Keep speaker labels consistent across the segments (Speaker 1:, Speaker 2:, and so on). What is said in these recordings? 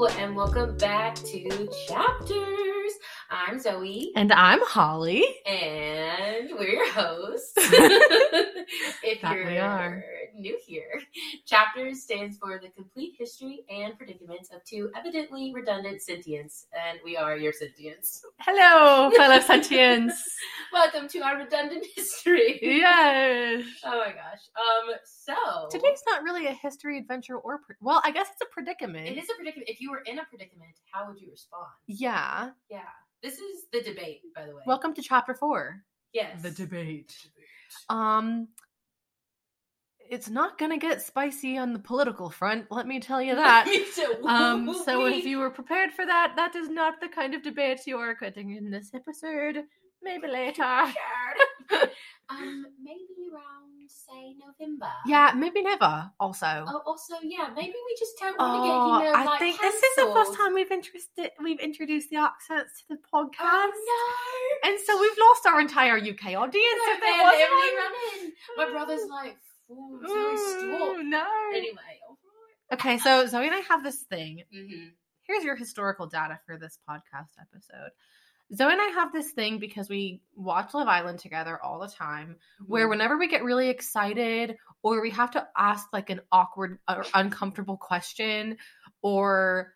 Speaker 1: welcome back to Chapters. I'm Zoe.
Speaker 2: And I'm Holly.
Speaker 1: And we're your hosts. if
Speaker 2: That we
Speaker 1: you're
Speaker 2: are.
Speaker 1: new here, Chapters stands for the complete history and predicaments of two evidently redundant sentients, and we are your sentients.
Speaker 2: Hello, fellow sentients.
Speaker 1: Welcome to our redundant history.
Speaker 2: yes.
Speaker 1: Oh my gosh. Um. So
Speaker 2: Today's not really a history adventure or pre- well, I guess it's a predicament.
Speaker 1: it is a predicament. If you were in a predicament, how would you respond?
Speaker 2: Yeah.
Speaker 1: Yeah. This is the debate, by the way.
Speaker 2: Welcome to chapter 4.
Speaker 1: Yes.
Speaker 2: debate. Um it's not going to get spicy on the political front, let me tell you that.
Speaker 1: Me too.
Speaker 2: Um, so if
Speaker 1: We-
Speaker 2: you were prepared for that, that is not the kind of debate you are getting in this episode. Maybe later.
Speaker 1: um, maybe around say November.
Speaker 2: Yeah, maybe never. Also,
Speaker 1: Oh, also, yeah, maybe we just don't want to
Speaker 2: oh,
Speaker 1: get you know,
Speaker 2: I
Speaker 1: like,
Speaker 2: think this is the first
Speaker 1: cancelled.
Speaker 2: time we've interested we've introduced the accents to the podcast,
Speaker 1: Oh no!
Speaker 2: and so we've lost our entire UK audience. if there was one.
Speaker 1: running. My brother's like, "Ooh, Zoe's
Speaker 2: Ooh,
Speaker 1: stalked."
Speaker 2: no.
Speaker 1: Anyway.
Speaker 2: Okay, so Zoe and I have this thing.
Speaker 1: Mm-hmm.
Speaker 2: Here's your historical data for this podcast episode. Zoe and I have this thing because we watch Love Island together all the time.
Speaker 1: Mm-hmm.
Speaker 2: where whenever we get really excited or we have to ask like an awkward or uncomfortable question or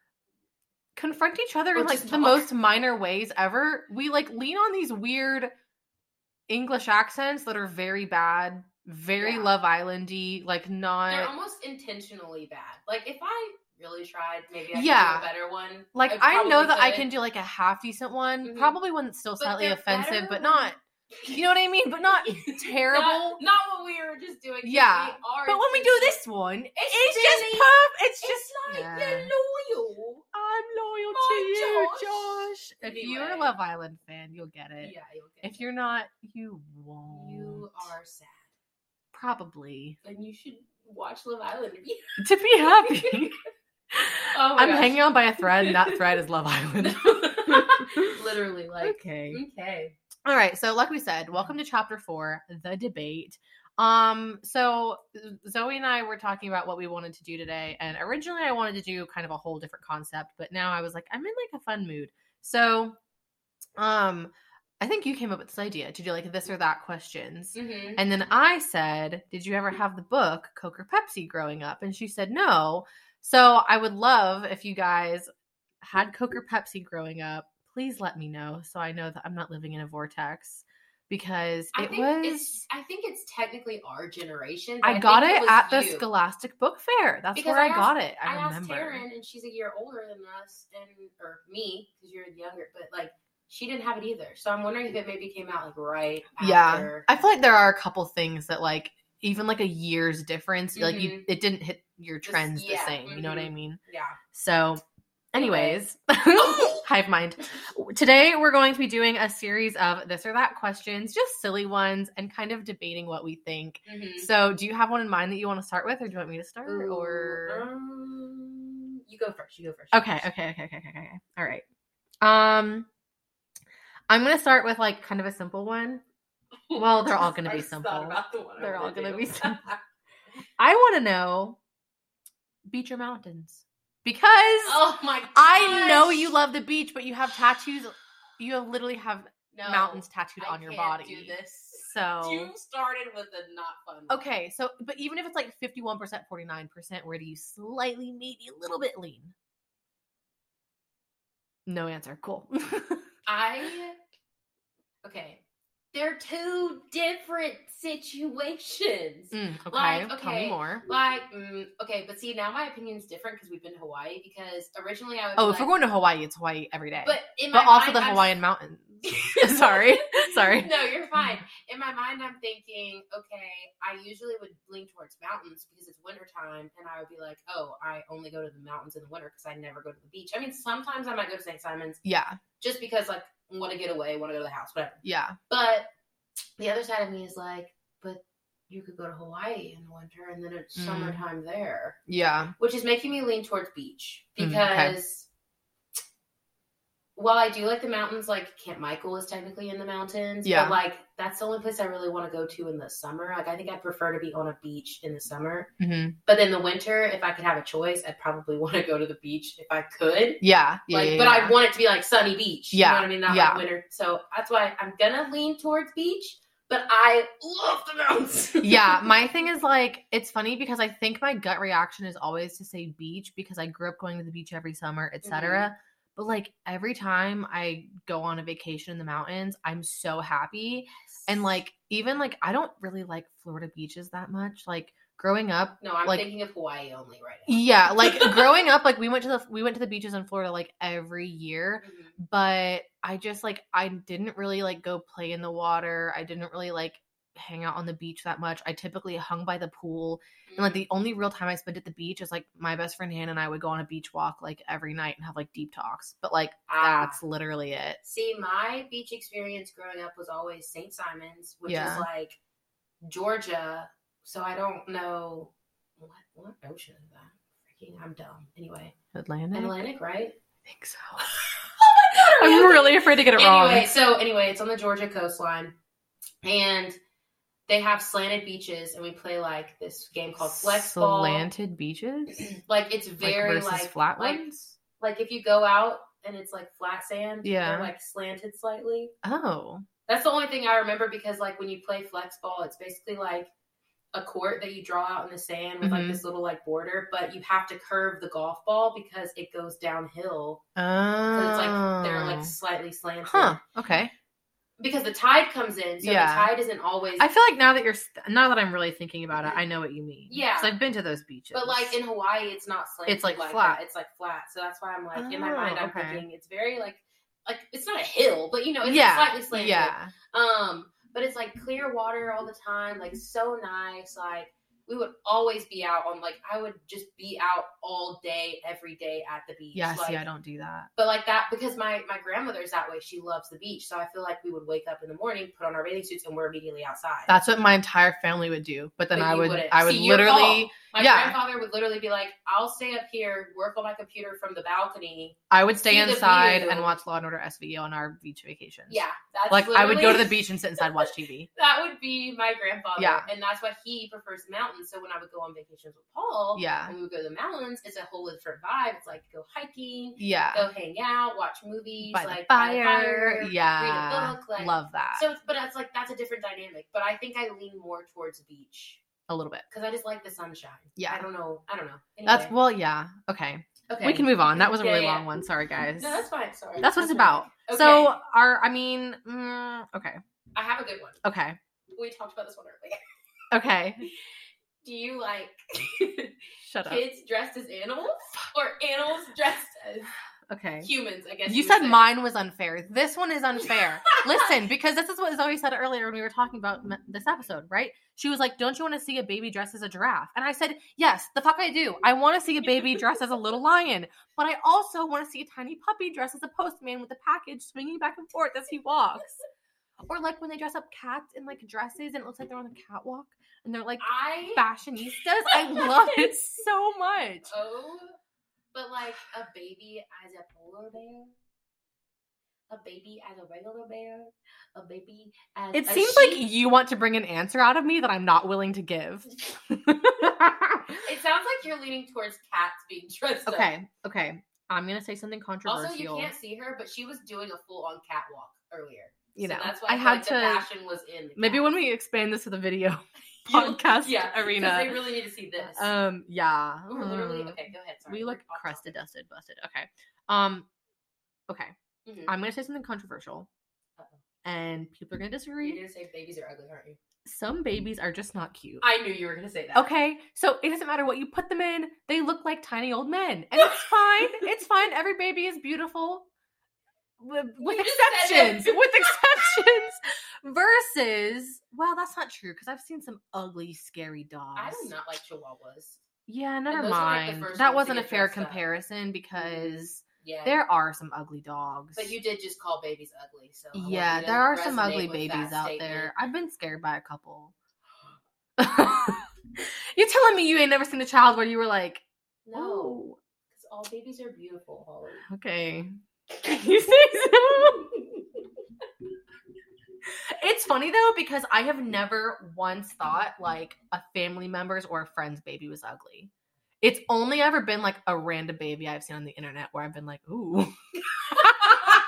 Speaker 2: confront each other
Speaker 1: Or
Speaker 2: in like
Speaker 1: just
Speaker 2: the
Speaker 1: talk.
Speaker 2: most minor ways ever, we like lean on these weird English accents that are very bad, very
Speaker 1: Yeah.
Speaker 2: Love Islandy, like
Speaker 1: they're
Speaker 2: not
Speaker 1: almost intentionally bad. Like if I really tried, maybe I
Speaker 2: Yeah.
Speaker 1: could do a better one.
Speaker 2: like I, know
Speaker 1: probably
Speaker 2: that I
Speaker 1: could.
Speaker 2: can do like a half decent one,
Speaker 1: Mhm.
Speaker 2: probably one that's still
Speaker 1: But
Speaker 2: slightly
Speaker 1: they're
Speaker 2: offensive,
Speaker 1: better when-
Speaker 2: but not you know what I mean, but not terrible.
Speaker 1: Not, not what we were just doing. 'cause
Speaker 2: Yeah.
Speaker 1: we are
Speaker 2: but when we do this one, it's, just
Speaker 1: really-
Speaker 2: perfect. It's,
Speaker 1: it's
Speaker 2: just
Speaker 1: like
Speaker 2: Yeah.
Speaker 1: they're loyal.
Speaker 2: I'm loyal
Speaker 1: My Oh, Josh.
Speaker 2: If you're a
Speaker 1: Anyway.
Speaker 2: Love Island fan, you'll get
Speaker 1: Yeah,
Speaker 2: it.
Speaker 1: you'll get
Speaker 2: If you're not, you won't.
Speaker 1: it. you are sad,
Speaker 2: probably
Speaker 1: and you should watch Love Island. to be-
Speaker 2: to be happy.
Speaker 1: Oh my
Speaker 2: I'm
Speaker 1: gosh.
Speaker 2: hanging on by a thread, and that thread is Love Island.
Speaker 1: Literally, like
Speaker 2: okay.
Speaker 1: okay.
Speaker 2: All right. So, like we said, welcome to chapter four, the debate. Um, so Zoe and I were talking about what we wanted to do today, and originally I wanted to do kind of a whole different concept, but now I was like, I'm in like a fun mood. So, um, I think you came up with this idea to do like this or that questions.
Speaker 1: Mhm.
Speaker 2: And then I said, Did you ever have the book Coke or Pepsi growing up? And she said, No. So I would love if you guys had Coke or Pepsi growing up. Please let me know so I know that I'm not living in a vortex because
Speaker 1: I
Speaker 2: it
Speaker 1: think
Speaker 2: was.
Speaker 1: it's. I think it's technically our generation. but
Speaker 2: I got
Speaker 1: think
Speaker 2: it,
Speaker 1: was
Speaker 2: at the
Speaker 1: you.
Speaker 2: Scholastic Book Fair. That's
Speaker 1: Because
Speaker 2: where
Speaker 1: I
Speaker 2: I, got it. I,
Speaker 1: I, asked
Speaker 2: remember.
Speaker 1: Taryn, and she's a year older than us, and or me because you're younger, but like she didn't have it either. So I'm wondering if it maybe came out like right.
Speaker 2: yeah.
Speaker 1: after.
Speaker 2: I feel like there are a couple things that, like, even like a year's difference, like you,
Speaker 1: Mhm.
Speaker 2: it didn't hit your
Speaker 1: Just-
Speaker 2: trends
Speaker 1: yeah, mm-hmm.
Speaker 2: the same. You know what I mean?
Speaker 1: yeah.
Speaker 2: So,
Speaker 1: Anyways.
Speaker 2: anyways,
Speaker 1: Oh!
Speaker 2: hive mind. Today, we're going to be doing a series of this or that questions, just silly ones, and kind of debating what we think.
Speaker 1: Mhm.
Speaker 2: So, do you have one in mind that you want to start with, or do you want me to start?
Speaker 1: Ooh,
Speaker 2: Or
Speaker 1: um, you go first. You go first. you go
Speaker 2: okay,
Speaker 1: first.
Speaker 2: okay, okay, okay, okay, okay. All right. Um, I'm gonna start with like kind of a simple one. Well, they're all gonna
Speaker 1: I
Speaker 2: be
Speaker 1: just thought
Speaker 2: simple.
Speaker 1: about the one I
Speaker 2: They're all
Speaker 1: wanna
Speaker 2: gonna
Speaker 1: do.
Speaker 2: be simple. I want to know beach or mountains because
Speaker 1: oh my!
Speaker 2: I know
Speaker 1: gosh.
Speaker 2: you love the beach, but you have tattoos. You literally have
Speaker 1: No,
Speaker 2: mountains tattooed
Speaker 1: I
Speaker 2: on your
Speaker 1: can't
Speaker 2: body.
Speaker 1: Do this.
Speaker 2: So
Speaker 1: You started with a not fun. one.
Speaker 2: okay, so but even if it's like fifty-one percent, forty-nine percent, where do you slightly, maybe a little bit lean? No answer. Cool.
Speaker 1: I okay. They're two different situations.
Speaker 2: Mm, okay,
Speaker 1: Like,
Speaker 2: Tell me
Speaker 1: okay,
Speaker 2: more.
Speaker 1: Like, mm, okay, but see, now my opinion's different because we've been to Hawaii. Because originally I was
Speaker 2: Oh, if we're going to Hawaii, it's Hawaii every day.
Speaker 1: but in
Speaker 2: But
Speaker 1: my
Speaker 2: also
Speaker 1: mind,
Speaker 2: the
Speaker 1: I'm-
Speaker 2: Hawaiian mountains. Sorry. Sorry.
Speaker 1: No, you're fine. In my mind, I'm thinking, okay, I usually would lean towards mountains because it's wintertime, and I would be like, oh, I only go to the mountains in the winter because I never go to the beach. I mean, sometimes I might go to St. Simon's
Speaker 2: Yeah,
Speaker 1: just because, like, want to get away, want to go to the house, whatever.
Speaker 2: yeah.
Speaker 1: But the other side of me is like, but you could go to Hawaii in the winter, and then it's
Speaker 2: Mm.
Speaker 1: summertime there
Speaker 2: Yeah.
Speaker 1: which is making me lean towards beach
Speaker 2: Mm, okay.
Speaker 1: because while I do like the mountains, like Camp Michael is technically in the mountains.
Speaker 2: Yeah.
Speaker 1: But like that's the only place I really want to go to in the summer. Like I think I prefer to be on a beach in the summer.
Speaker 2: Mhm.
Speaker 1: But in the winter, if I could have a choice, I'd probably want to go to the beach if I could.
Speaker 2: Yeah. Yeah.
Speaker 1: Like,
Speaker 2: yeah,
Speaker 1: but
Speaker 2: yeah.
Speaker 1: I want it to be like sunny beach. You
Speaker 2: Yeah,
Speaker 1: know what I mean? Not
Speaker 2: yeah.
Speaker 1: like winter. So that's why I'm gonna lean towards beach, but I love the mountains.
Speaker 2: yeah, my thing is like it's funny because I think my gut reaction is always to say beach because I grew up going to the beach every summer, etc. But like every time I go on a vacation in the mountains, I'm so happy. And like even like I don't really like Florida beaches that much. Like growing up,
Speaker 1: No, I'm
Speaker 2: like-
Speaker 1: thinking of Hawaii only right now.
Speaker 2: yeah, like growing up like we went to the we went to the beaches in Florida like every year
Speaker 1: Mhm.
Speaker 2: but I just like I didn't really like go play in the water. I didn't really like hang out on the beach that much. I typically hung by the pool. And like the only real time I spent at the beach is like my best friend Hannah and I would go on a beach walk like every night and have like deep talks. But like
Speaker 1: Ah.
Speaker 2: that's literally it.
Speaker 1: See, my beach experience growing up was always St. Simon's, which
Speaker 2: Yeah.
Speaker 1: is like Georgia. So I don't know what what ocean is that? Freaking, I'm dumb. Anyway,
Speaker 2: Atlanta?
Speaker 1: Atlantic, right?
Speaker 2: I think so.
Speaker 1: Oh my
Speaker 2: I'm really afraid to get it wrong.
Speaker 1: Anyway, so anyway, it's on the Georgia coastline, and they have slanted beaches, and we play like this game called flex ball.
Speaker 2: Slanted beaches?
Speaker 1: Like it's very
Speaker 2: like
Speaker 1: like
Speaker 2: versus flat
Speaker 1: like,
Speaker 2: ones?
Speaker 1: like if you go out and it's like flat sand,
Speaker 2: Yeah.
Speaker 1: they're like slanted slightly.
Speaker 2: Oh.
Speaker 1: That's the only thing I remember because like when you play flex ball, it's basically like a court that you draw out in the sand with
Speaker 2: Mhm.
Speaker 1: like this little like border, but you have to curve the golf ball because it goes downhill. So
Speaker 2: Oh.
Speaker 1: it's like they're like slightly slanted.
Speaker 2: Huh. Okay.
Speaker 1: Because the tide comes in, so
Speaker 2: Yeah.
Speaker 1: the tide isn't always
Speaker 2: I feel like now that you're st- now that I'm really thinking about it, I know what you mean.
Speaker 1: Yeah.
Speaker 2: 'Cause I've been to those beaches.
Speaker 1: but like in Hawaii it's not slanted.
Speaker 2: It's, like,
Speaker 1: that.
Speaker 2: flat.
Speaker 1: It's like flat. So that's why I'm like in my mind
Speaker 2: Oh,
Speaker 1: I'm
Speaker 2: okay.
Speaker 1: thinking it's very like like it's not a hill, but you know, it's
Speaker 2: yeah,
Speaker 1: slightly slanted.
Speaker 2: yeah,
Speaker 1: Um, but it's like clear water all the time, like so nice. Like we would always be out on like I would just be out all day, every day at the beach.
Speaker 2: yeah.
Speaker 1: like,
Speaker 2: See, I don't do that.
Speaker 1: But like that because my my grandmother's that way. She loves the beach, so I feel like we would wake up in the morning, put on our bathing suits, and we're immediately outside.
Speaker 2: That's what my entire family would do. But then
Speaker 1: But
Speaker 2: I
Speaker 1: you
Speaker 2: would,
Speaker 1: wouldn't.
Speaker 2: I would
Speaker 1: See, your
Speaker 2: literally,
Speaker 1: fault. my
Speaker 2: yeah.
Speaker 1: grandfather would literally be like, "I'll stay up here, work on my computer from the balcony."
Speaker 2: I would stay
Speaker 1: See the
Speaker 2: inside
Speaker 1: view.
Speaker 2: and watch Law and Order SVU on our beach vacations.
Speaker 1: Yeah, that's
Speaker 2: like I would go to
Speaker 1: literally-
Speaker 2: the beach and sit inside and watch TV.
Speaker 1: That would be my grandfather,
Speaker 2: Yeah.
Speaker 1: and that's why he prefers the mountains. So when I would go on vacations with Paul,
Speaker 2: Yeah,
Speaker 1: when we would go to the mountains, it's a whole different vibe. It's like go hiking,
Speaker 2: yeah.
Speaker 1: go hang out, watch movies,
Speaker 2: By the
Speaker 1: like by the
Speaker 2: fire, yeah.
Speaker 1: read a book, like
Speaker 2: Love that
Speaker 1: So, it's, but it's like that's a different dynamic. But I think I lean more towards beach
Speaker 2: a little bit.
Speaker 1: because I just like the sunshine.
Speaker 2: Yeah.
Speaker 1: I don't know. I don't know.
Speaker 2: That's
Speaker 1: Anyway.
Speaker 2: well, yeah. Okay,
Speaker 1: okay.
Speaker 2: we can move on. That was a
Speaker 1: Yeah,
Speaker 2: really
Speaker 1: yeah.
Speaker 2: long one. Sorry, guys.
Speaker 1: No, that's fine. Sorry,
Speaker 2: That's what it's
Speaker 1: fine.
Speaker 2: about.
Speaker 1: Okay.
Speaker 2: So our, I mean, mm, okay,
Speaker 1: I have a good one.
Speaker 2: okay,
Speaker 1: We talked about this one earlier.
Speaker 2: okay.
Speaker 1: Do you like
Speaker 2: Shut up.
Speaker 1: kids dressed as animals or animals dressed as
Speaker 2: Okay.
Speaker 1: humans? I guess
Speaker 2: You
Speaker 1: would
Speaker 2: said
Speaker 1: say.
Speaker 2: mine was unfair. This one is unfair. Listen, because this is what Zoe said earlier when we were talking about m- this episode, right? She was like, "Don't you want to see a baby dressed as a giraffe?" And I said, "Yes, the fuck I do. I want to see a baby dressed as a little lion, but I also want to see a tiny puppy dressed as a postman with a package swinging back and forth as he walks." Or like when they dress up cats in like dresses and it looks like they're on the catwalk and they're like
Speaker 1: I
Speaker 2: fashionistas. I love it so much.
Speaker 1: Oh, but like a baby as a polar bear, a baby as a regular bear, a baby as
Speaker 2: It
Speaker 1: a
Speaker 2: seems
Speaker 1: sheep.
Speaker 2: like you want to bring an answer out of me that I'm not willing to give.
Speaker 1: it sounds like you're leaning towards cats being dressed. up.
Speaker 2: okay, okay. I'm gonna say something
Speaker 1: Also,
Speaker 2: controversial.
Speaker 1: you can't see her, but she was doing a full on catwalk earlier.
Speaker 2: You
Speaker 1: So
Speaker 2: know,
Speaker 1: that's why
Speaker 2: I
Speaker 1: feel
Speaker 2: had
Speaker 1: like
Speaker 2: to-
Speaker 1: The passion was in. the
Speaker 2: Maybe
Speaker 1: cat.
Speaker 2: when we expand this to the video
Speaker 1: You'll-
Speaker 2: podcast
Speaker 1: yeah, 'cause
Speaker 2: arena.
Speaker 1: they really need to see this.
Speaker 2: um, yeah.
Speaker 1: We're literally,
Speaker 2: Mm.
Speaker 1: okay, go ahead. Sorry,
Speaker 2: we
Speaker 1: we're
Speaker 2: look
Speaker 1: off topic.
Speaker 2: crusted, dusted, busted. Okay. Um. Okay.
Speaker 1: Mhm.
Speaker 2: I'm gonna say something controversial,
Speaker 1: Uh-oh.
Speaker 2: and people are gonna
Speaker 1: You're
Speaker 2: disagree.
Speaker 1: gonna say babies are ugly, aren't you?
Speaker 2: Some babies are just not cute.
Speaker 1: I knew you were gonna say that.
Speaker 2: Okay, so it doesn't matter what you put them in, they look like tiny old men. And it's fine. It's fine. Every baby is beautiful. With, with
Speaker 1: You just said it.
Speaker 2: exceptions. With exceptions. Versus, well, that's not true because I've seen some ugly, scary dogs.
Speaker 1: I do not like chihuahuas.
Speaker 2: Yeah, never
Speaker 1: those are, like, the
Speaker 2: mind.
Speaker 1: first ones
Speaker 2: that
Speaker 1: to
Speaker 2: wasn't a
Speaker 1: get
Speaker 2: fair
Speaker 1: dressed up.
Speaker 2: comparison because
Speaker 1: Yeah.
Speaker 2: there are some ugly dogs.
Speaker 1: But you did just call babies ugly, so I want
Speaker 2: yeah,
Speaker 1: you to
Speaker 2: there are some
Speaker 1: resonate
Speaker 2: ugly
Speaker 1: with that
Speaker 2: babies out
Speaker 1: statement.
Speaker 2: there. I've been scared by a couple. You're telling me you ain't never seen a child where you were like,
Speaker 1: No,
Speaker 2: oh,
Speaker 1: because all babies are beautiful, Holly.
Speaker 2: okay. You say so? It's funny though because I have never once thought like a family member's or a friend's baby was ugly. It's only ever been like a random baby I've seen on the internet where I've been like, ooh. Maybe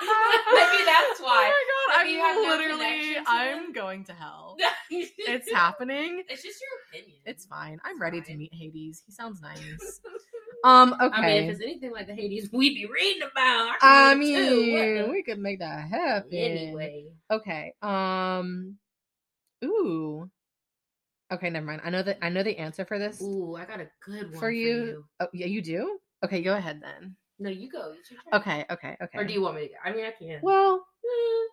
Speaker 1: Maybe that's why.
Speaker 2: Oh my god!
Speaker 1: Maybe you have
Speaker 2: I'm
Speaker 1: no
Speaker 2: literally,
Speaker 1: connection to
Speaker 2: I'm
Speaker 1: them?
Speaker 2: going to hell.
Speaker 1: it's,
Speaker 2: It's happening.
Speaker 1: just your opinion.
Speaker 2: It's fine. I'm ready to
Speaker 1: fine.
Speaker 2: meet Hades. He sounds nice. Um. Okay.
Speaker 1: I mean, if it's anything like the Hades we'd be reading about,
Speaker 2: I
Speaker 1: I, mean,
Speaker 2: mean, we could make that happen.
Speaker 1: anyway,
Speaker 2: Okay. Um. Ooh. Okay. Never mind. I know that. I know the answer for this.
Speaker 1: ooh, I got a good one
Speaker 2: for you. Oh, yeah, you do. Okay, go ahead then.
Speaker 1: No, you go. It's your turn.
Speaker 2: Okay. Okay. Okay.
Speaker 1: Or do you want me to go? I mean, I can.
Speaker 2: Well,
Speaker 1: Mm,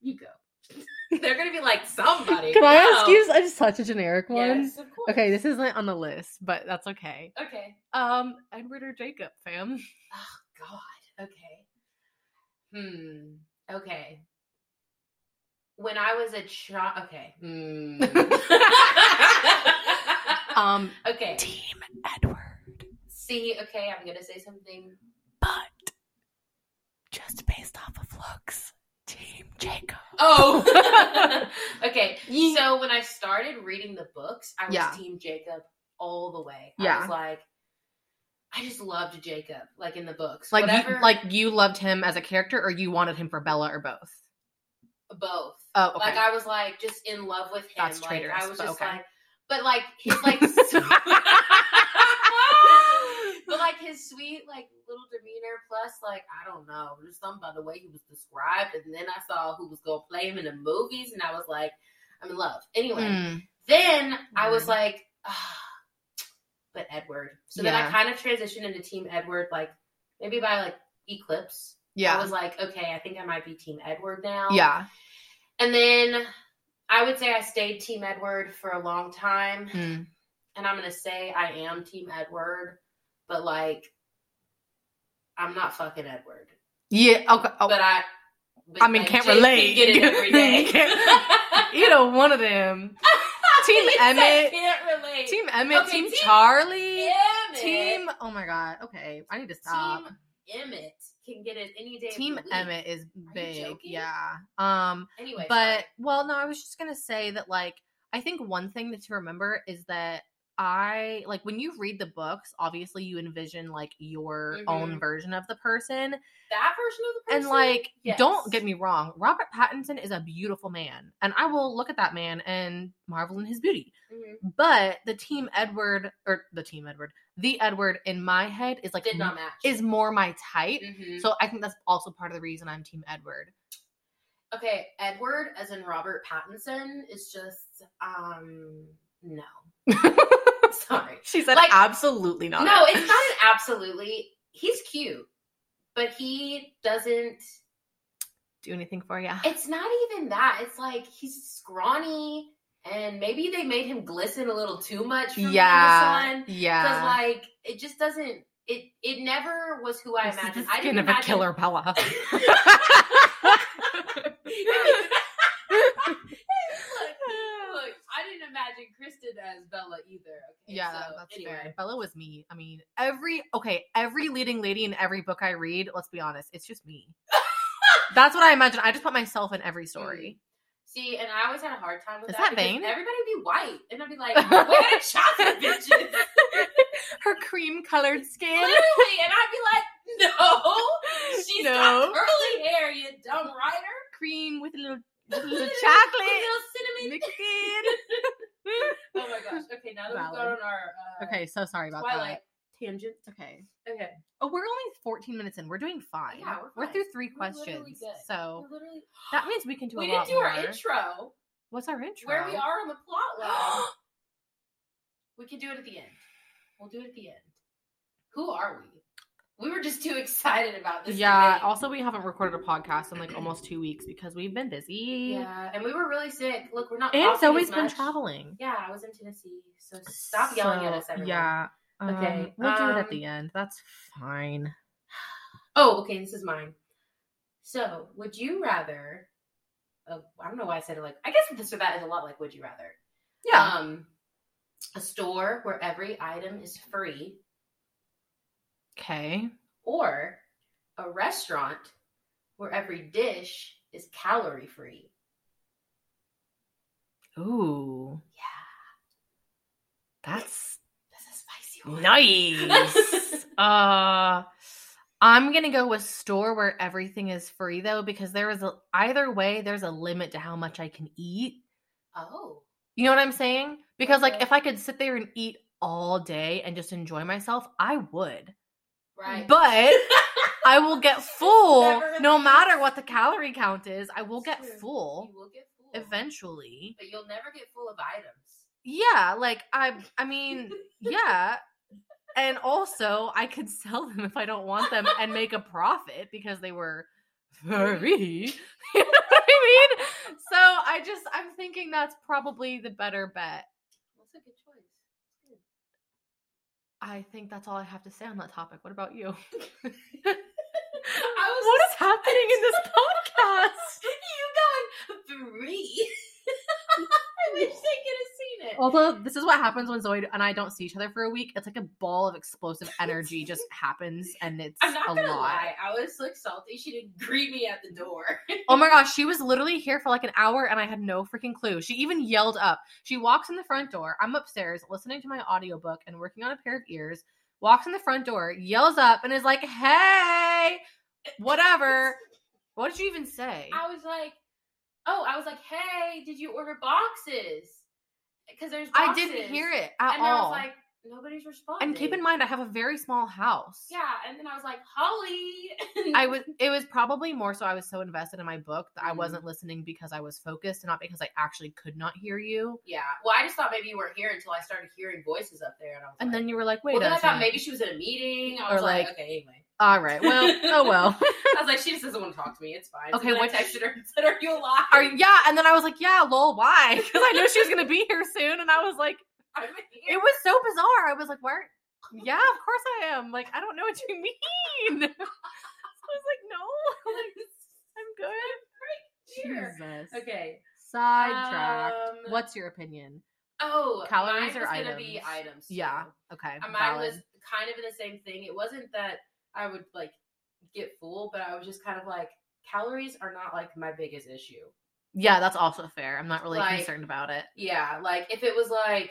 Speaker 1: you go. They're gonna be like somebody.
Speaker 2: can I
Speaker 1: go.
Speaker 2: ask you s- uh, just such a generic one?
Speaker 1: Yes, of course.
Speaker 2: Okay, this isn't on the list, but that's okay.
Speaker 1: Okay.
Speaker 2: Um, Edward or Jacob, fam.
Speaker 1: God. Okay. Hmm. Okay. When I was a child. Okay. Hmm.
Speaker 2: Um,
Speaker 1: okay.
Speaker 2: Team Edward,
Speaker 1: See. Okay. I'm gonna say something.
Speaker 2: but just based off of looks, Team Jacob.
Speaker 1: Oh. okay.
Speaker 2: Ye-
Speaker 1: So when I started reading the books, I was
Speaker 2: Yeah.
Speaker 1: Team Jacob all the way. I
Speaker 2: Yeah.
Speaker 1: was like, I just loved Jacob, like in the books.
Speaker 2: Like,
Speaker 1: Whatever,
Speaker 2: you, like you loved him as a character, or you wanted him for Bella, or both.
Speaker 1: both.
Speaker 2: Oh, okay.
Speaker 1: Like I was like just in love with him.
Speaker 2: That's
Speaker 1: like,
Speaker 2: traitorous,
Speaker 1: I was
Speaker 2: but
Speaker 1: just
Speaker 2: okay.
Speaker 1: like, but like his like, s- but like his sweet like little demeanor. Plus, like I don't know, just something about the way he was described. And then I saw who was gonna play him in the movies, and I was like, I'm in love. Anyway,
Speaker 2: Mm,
Speaker 1: then I was
Speaker 2: Mhm.
Speaker 1: like, ah, but Edward. So then I
Speaker 2: Yeah.
Speaker 1: kind of transitioned into Team Edward, like maybe by like Eclipse. I
Speaker 2: yeah,
Speaker 1: was like, okay, I think I might be Team Edward now.
Speaker 2: yeah.
Speaker 1: And then I would say I stayed Team Edward for a long time.
Speaker 2: Mm.
Speaker 1: And I'm going to say I am Team Edward, but like, I'm not fucking Edward.
Speaker 2: Yeah. Okay. oh,
Speaker 1: But I. but,
Speaker 2: I mean, can't
Speaker 1: Jason
Speaker 2: relate.
Speaker 1: Get it every day.
Speaker 2: You either one of them. Team
Speaker 1: He said
Speaker 2: Emmett.
Speaker 1: Can't relate.
Speaker 2: Team Emmett.
Speaker 1: Okay,
Speaker 2: team,
Speaker 1: team
Speaker 2: Charlie.
Speaker 1: Emmett.
Speaker 2: Team. Oh my god. Okay, I need to stop.
Speaker 1: Team Emmett can get it any day. of
Speaker 2: Team,
Speaker 1: the week.
Speaker 2: Emmett is big.
Speaker 1: joking?
Speaker 2: Yeah. Um.
Speaker 1: Anyway,
Speaker 2: but
Speaker 1: sorry.
Speaker 2: well no i was just gonna say that like i think one thing that to remember is that i like when you read the books obviously you envision like your own
Speaker 1: Mhm.
Speaker 2: version of the person
Speaker 1: that version of the person.
Speaker 2: and like don't
Speaker 1: Yes.
Speaker 2: get me wrong robert pattinson is a beautiful man and i will look at that man and marvel in his beauty
Speaker 1: Mhm.
Speaker 2: but the team edward or the team edward the edward in my head is like
Speaker 1: did not match.
Speaker 2: is more my type
Speaker 1: Mhm.
Speaker 2: so i think that's also part of the reason i'm team edward
Speaker 1: okay, Edward, as in Robert Pattinson, is just um no. Sorry,
Speaker 2: she said
Speaker 1: Like-
Speaker 2: absolutely
Speaker 1: no, it's not an absolutely. He's cute, but he doesn't.
Speaker 2: do anything for you.
Speaker 1: It's not even that. It's like he's scrawny, and maybe they made him glisten a little too much. From the sun. because
Speaker 2: yeah.
Speaker 1: like it just doesn't it it never was who i
Speaker 2: This is
Speaker 1: imagined
Speaker 2: the
Speaker 1: i
Speaker 2: skin
Speaker 1: didn't
Speaker 2: of
Speaker 1: imagine
Speaker 2: a killer Bella.
Speaker 1: look, look, i didn't imagine kristen as bella either okay
Speaker 2: yeah,
Speaker 1: so,
Speaker 2: that's
Speaker 1: anyway
Speaker 2: fair. Bella was me. I mean, every okay, every leading lady in every book I read. Let's be honest, it's just me. that's what I imagine. I just put myself in every story.
Speaker 1: Mm. see and i always had a hard time with
Speaker 2: Is
Speaker 1: that
Speaker 2: that
Speaker 1: because
Speaker 2: vain?
Speaker 1: everybody would be white and i'd be like where chocolate bitches
Speaker 2: Her cream colored skin.
Speaker 1: literally and i'd be like no she's
Speaker 2: No.
Speaker 1: got curly hair you dumb writer
Speaker 2: cream with a little, with a
Speaker 1: Little-
Speaker 2: little chocolate
Speaker 1: little cinnamon
Speaker 2: mixed in.
Speaker 1: Oh my gosh. Okay, now that
Speaker 2: Valid.
Speaker 1: we've gone on our uh,
Speaker 2: okay, so sorry about
Speaker 1: Twilight
Speaker 2: tangent. Okay.
Speaker 1: that. Okay.
Speaker 2: Oh, we're only 14 minutes in. We're doing fine.
Speaker 1: Yeah, we're
Speaker 2: we're,
Speaker 1: fine.
Speaker 2: through three
Speaker 1: We're literally
Speaker 2: questions.
Speaker 1: good.
Speaker 2: So
Speaker 1: We literally
Speaker 2: that means we can do
Speaker 1: we
Speaker 2: a lot
Speaker 1: didn't do
Speaker 2: more.
Speaker 1: our intro.
Speaker 2: What's our intro?
Speaker 1: Where we are on the plot line. we can do it at the end. We'll do it at the end. Who are we? We were just too excited about this.
Speaker 2: yeah.
Speaker 1: debate.
Speaker 2: Also, we haven't recorded a podcast in like almost two weeks because we've been busy.
Speaker 1: Yeah, and we were really sick. Look, we're not.
Speaker 2: And it's
Speaker 1: coughing
Speaker 2: always
Speaker 1: as
Speaker 2: been
Speaker 1: much.
Speaker 2: traveling.
Speaker 1: Yeah, I was in Tennessee, so stop yelling at us.
Speaker 2: So,
Speaker 1: Everyone.
Speaker 2: Yeah.
Speaker 1: Okay,
Speaker 2: um, we'll do it at
Speaker 1: um,
Speaker 2: the end. That's fine.
Speaker 1: Oh, okay. This is mine. So, would you rather? Oh, I don't know why I said it like. I guess this or that is a lot like would you rather. Um, a store where every item is free,
Speaker 2: okay.
Speaker 1: or a restaurant where every dish is calorie free.
Speaker 2: Ooh,
Speaker 1: Yeah,
Speaker 2: that's
Speaker 1: that's a spicy one.
Speaker 2: nice. uh I'm gonna go with store where everything is free though, because there is a either way, there's a limit to how much I can eat.
Speaker 1: Oh,
Speaker 2: You know what I'm saying? Because like
Speaker 1: Okay.
Speaker 2: if I could sit there and eat all day and just enjoy myself, I would.
Speaker 1: right.
Speaker 2: But I will get full
Speaker 1: Never
Speaker 2: no
Speaker 1: enough.
Speaker 2: matter what the calorie count is. I will
Speaker 1: It's
Speaker 2: get
Speaker 1: true.
Speaker 2: full
Speaker 1: you will get full
Speaker 2: eventually.
Speaker 1: but you'll never get full of items.
Speaker 2: Yeah, like I I mean, yeah. And also, I could sell them if I don't want them and make a profit because they were very. You know what I mean? So I just I'm thinking that's probably the better bet.
Speaker 1: That's a good choice. Good.
Speaker 2: I think that's all I have to say on that topic. What about you?
Speaker 1: I was
Speaker 2: what is happening in this podcast?
Speaker 1: you got three. I wish they could have seen it.
Speaker 2: Although this is what happens when Zoe and I don't see each other for a week, it's like a ball of explosive energy just happens, and it's
Speaker 1: I'm not
Speaker 2: a
Speaker 1: gonna
Speaker 2: lot.
Speaker 1: lie, I was like salty. She didn't greet me at the door.
Speaker 2: Oh my gosh, she was literally here for like an hour and I had no freaking clue. She even yelled up. She walks in the front door. I'm upstairs listening to my audiobook and working on a pair of ears. Walks in the front door, yells up, and is like, hey, whatever. What did you even say?
Speaker 1: I was like, oh, I was like, hey, did you order boxes? Because there's
Speaker 2: I
Speaker 1: boxes.
Speaker 2: didn't hear it at
Speaker 1: and I
Speaker 2: all.
Speaker 1: was like, nobody's responding.
Speaker 2: and keep in mind, I have a very small house.
Speaker 1: yeah. And then I was like, Holly.
Speaker 2: I was it was probably more so I was so invested in my book that I
Speaker 1: Mhm.
Speaker 2: wasn't listening because I was focused and not because I actually could not hear you.
Speaker 1: yeah. Well, I just thought maybe you weren't here until I started hearing voices up there, and I was
Speaker 2: And
Speaker 1: like,
Speaker 2: then you were like, wait
Speaker 1: well, then
Speaker 2: a
Speaker 1: I thought
Speaker 2: minute.
Speaker 1: maybe she was in a meeting. I
Speaker 2: Or
Speaker 1: was like,
Speaker 2: like-
Speaker 1: okay, anyway.
Speaker 2: All right. Well, oh well.
Speaker 1: I was like, she just doesn't want to talk to me. It's fine.
Speaker 2: Okay,
Speaker 1: so then
Speaker 2: what-
Speaker 1: I texted her and said, are you alive?
Speaker 2: Are yeah, and then I was like, yeah, lol, why? Because I knew she was gonna be here soon, and I was like,
Speaker 1: I'm
Speaker 2: it
Speaker 1: here.
Speaker 2: was so bizarre. I was like, where? Yeah, of course I am. Like, I don't know what you mean. I was like, no, I'm
Speaker 1: Here.
Speaker 2: good. Jesus.
Speaker 1: Okay.
Speaker 2: Sidetracked.
Speaker 1: Um,
Speaker 2: What's your opinion?
Speaker 1: Oh,
Speaker 2: Calories
Speaker 1: mine
Speaker 2: or
Speaker 1: was gonna be
Speaker 2: items?
Speaker 1: items.
Speaker 2: Yeah.
Speaker 1: too.
Speaker 2: Okay.
Speaker 1: Uh, Mine
Speaker 2: valid.
Speaker 1: was kind of in the same thing. It wasn't that I would like get full, but I was just kind of like calories are not like my biggest issue.
Speaker 2: yeah, that's also fair. I'm not really
Speaker 1: Like-
Speaker 2: concerned about it.
Speaker 1: Yeah, like if it was like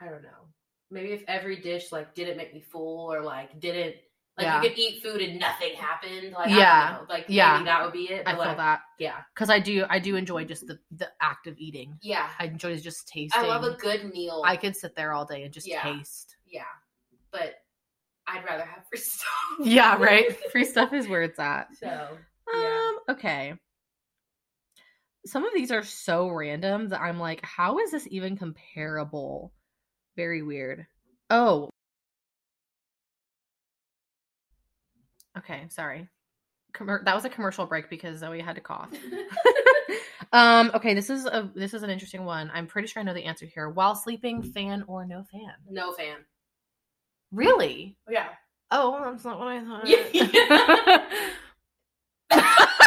Speaker 1: I don't know. Maybe if every dish like didn't make me full or like didn't like
Speaker 2: Yeah.
Speaker 1: you could eat food and nothing happened. Like I
Speaker 2: Yeah.
Speaker 1: don't know. Like
Speaker 2: Yeah.
Speaker 1: maybe that would be it. but,
Speaker 2: I feel
Speaker 1: like,
Speaker 2: that
Speaker 1: Yeah.
Speaker 2: because I do. I do enjoy just the the act of eating.
Speaker 1: Yeah.
Speaker 2: I enjoy just tasting.
Speaker 1: I love a good meal.
Speaker 2: I could sit there all day and just
Speaker 1: Yeah.
Speaker 2: taste.
Speaker 1: yeah. But I'd rather have free stuff.
Speaker 2: Yeah, right. Free stuff is where it's at.
Speaker 1: So Yeah.
Speaker 2: Um, okay. Some of these are so random that I'm like, how is this even comparable? Very weird. Oh. Okay, sorry. Commer- that was a commercial break because Zoe had to cough. um, okay, this is a this is an interesting one. I'm pretty sure I know the answer here. While sleeping, fan or no fan?
Speaker 1: no fan.
Speaker 2: Really?
Speaker 1: Yeah.
Speaker 2: Oh, that's not what I thought.
Speaker 1: Yeah.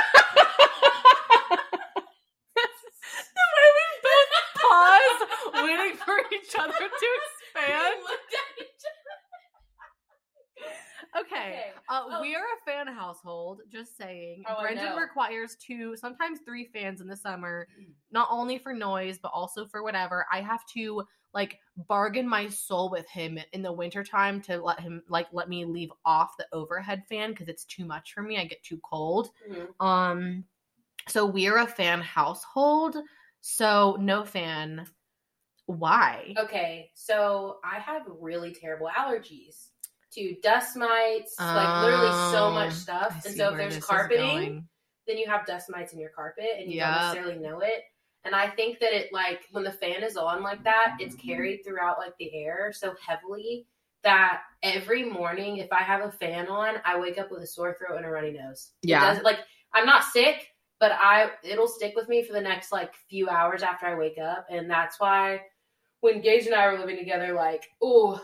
Speaker 2: Pause, waiting for each other to expand.
Speaker 1: We looked at each
Speaker 2: Okay.
Speaker 1: Okay.
Speaker 2: Uh,
Speaker 1: Oh.
Speaker 2: We are a fan household, just saying.
Speaker 1: Oh, I
Speaker 2: Brendan
Speaker 1: know.
Speaker 2: requires two, sometimes three fans in the summer, not only for noise, but also for whatever. I have to like bargain my soul with him in the wintertime to let him like let me leave off the overhead fan because it's too much for me. I get too cold.
Speaker 1: other.
Speaker 2: Um, so we're a fan household, so no fan. Why?
Speaker 1: Okay, so I have really terrible allergies to dust mites, like literally so much
Speaker 2: Oh,
Speaker 1: stuff.
Speaker 2: I
Speaker 1: and
Speaker 2: see
Speaker 1: so if
Speaker 2: where
Speaker 1: there's
Speaker 2: this is
Speaker 1: carpeting,
Speaker 2: going.
Speaker 1: then you have dust mites in your carpet and you
Speaker 2: Yep.
Speaker 1: don't necessarily know it. And I think that it like when the fan is on like that, it's carried throughout like the air so heavily that every morning if I have a fan on, I wake up with a sore throat and a runny nose. It
Speaker 2: Yeah.
Speaker 1: does- like I'm not sick, but I it'll stick with me for the next like few hours after I wake up. And that's why when Gage and I were living together, like, oh,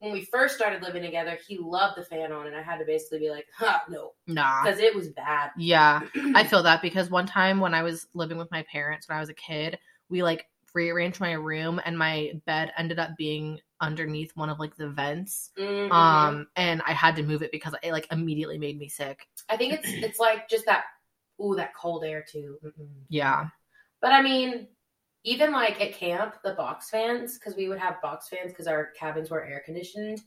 Speaker 1: when we first started living together, he loved the fan on, and I had to basically be like, huh, no,
Speaker 2: Nah.
Speaker 1: because it was bad.
Speaker 2: Yeah, I feel that because one time when I was living with my parents when I was a kid, we like rearranged my room and my bed ended up being underneath one of like the vents.
Speaker 1: Mhm.
Speaker 2: Um, and I had to move it because it like immediately made me sick.
Speaker 1: I think it's it's like just that ooh that cold air too.
Speaker 2: Mm-hmm.
Speaker 1: Mm-mm.
Speaker 2: Yeah.
Speaker 1: But I mean, even like at camp, the box fans because we would have box fans because our cabins were air conditioned.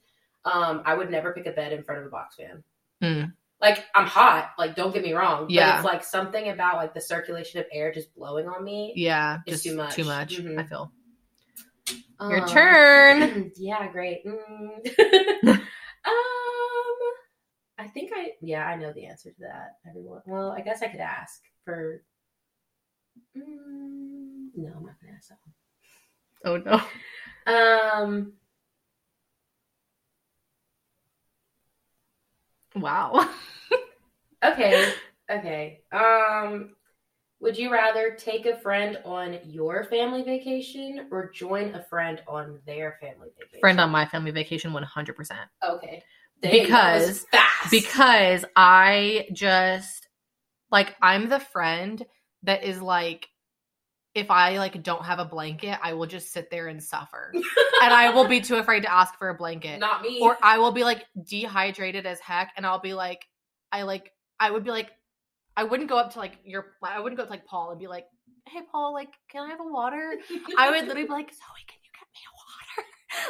Speaker 1: Um, I would never pick a bed in front of a box fan.
Speaker 2: Mm.
Speaker 1: Like I'm hot. Like don't get me wrong. But
Speaker 2: Yeah.
Speaker 1: it's like something about like the circulation of air just blowing on me.
Speaker 2: Yeah.
Speaker 1: It's
Speaker 2: Just
Speaker 1: too
Speaker 2: too much.
Speaker 1: much. Mhm.
Speaker 2: I feel. Your
Speaker 1: Um,
Speaker 2: turn.
Speaker 1: yeah, great. Mm. um, I think I yeah I know the answer to that. Everyone. Well, I guess I could ask for. Mm, no, I'm not gonna ask that.
Speaker 2: Oh no.
Speaker 1: Um,
Speaker 2: Wow.
Speaker 1: okay, okay. Um, would you rather take a friend on your family vacation or join a friend on their family vacation?
Speaker 2: Friend on my family vacation 100%.
Speaker 1: Okay. Dang, that was fast.
Speaker 2: because I just like I'm the friend that is like if I like don't have a blanket, I will just sit there and suffer. and I will be too afraid to ask for a blanket.
Speaker 1: not me.
Speaker 2: Or I will be like dehydrated as heck and I'll be like I like I would be like I wouldn't go up to like your I wouldn't go up to like Paul and be like, "Hey Paul, like can I have a water?" I would literally be like, "Zoe, can you get me a water?"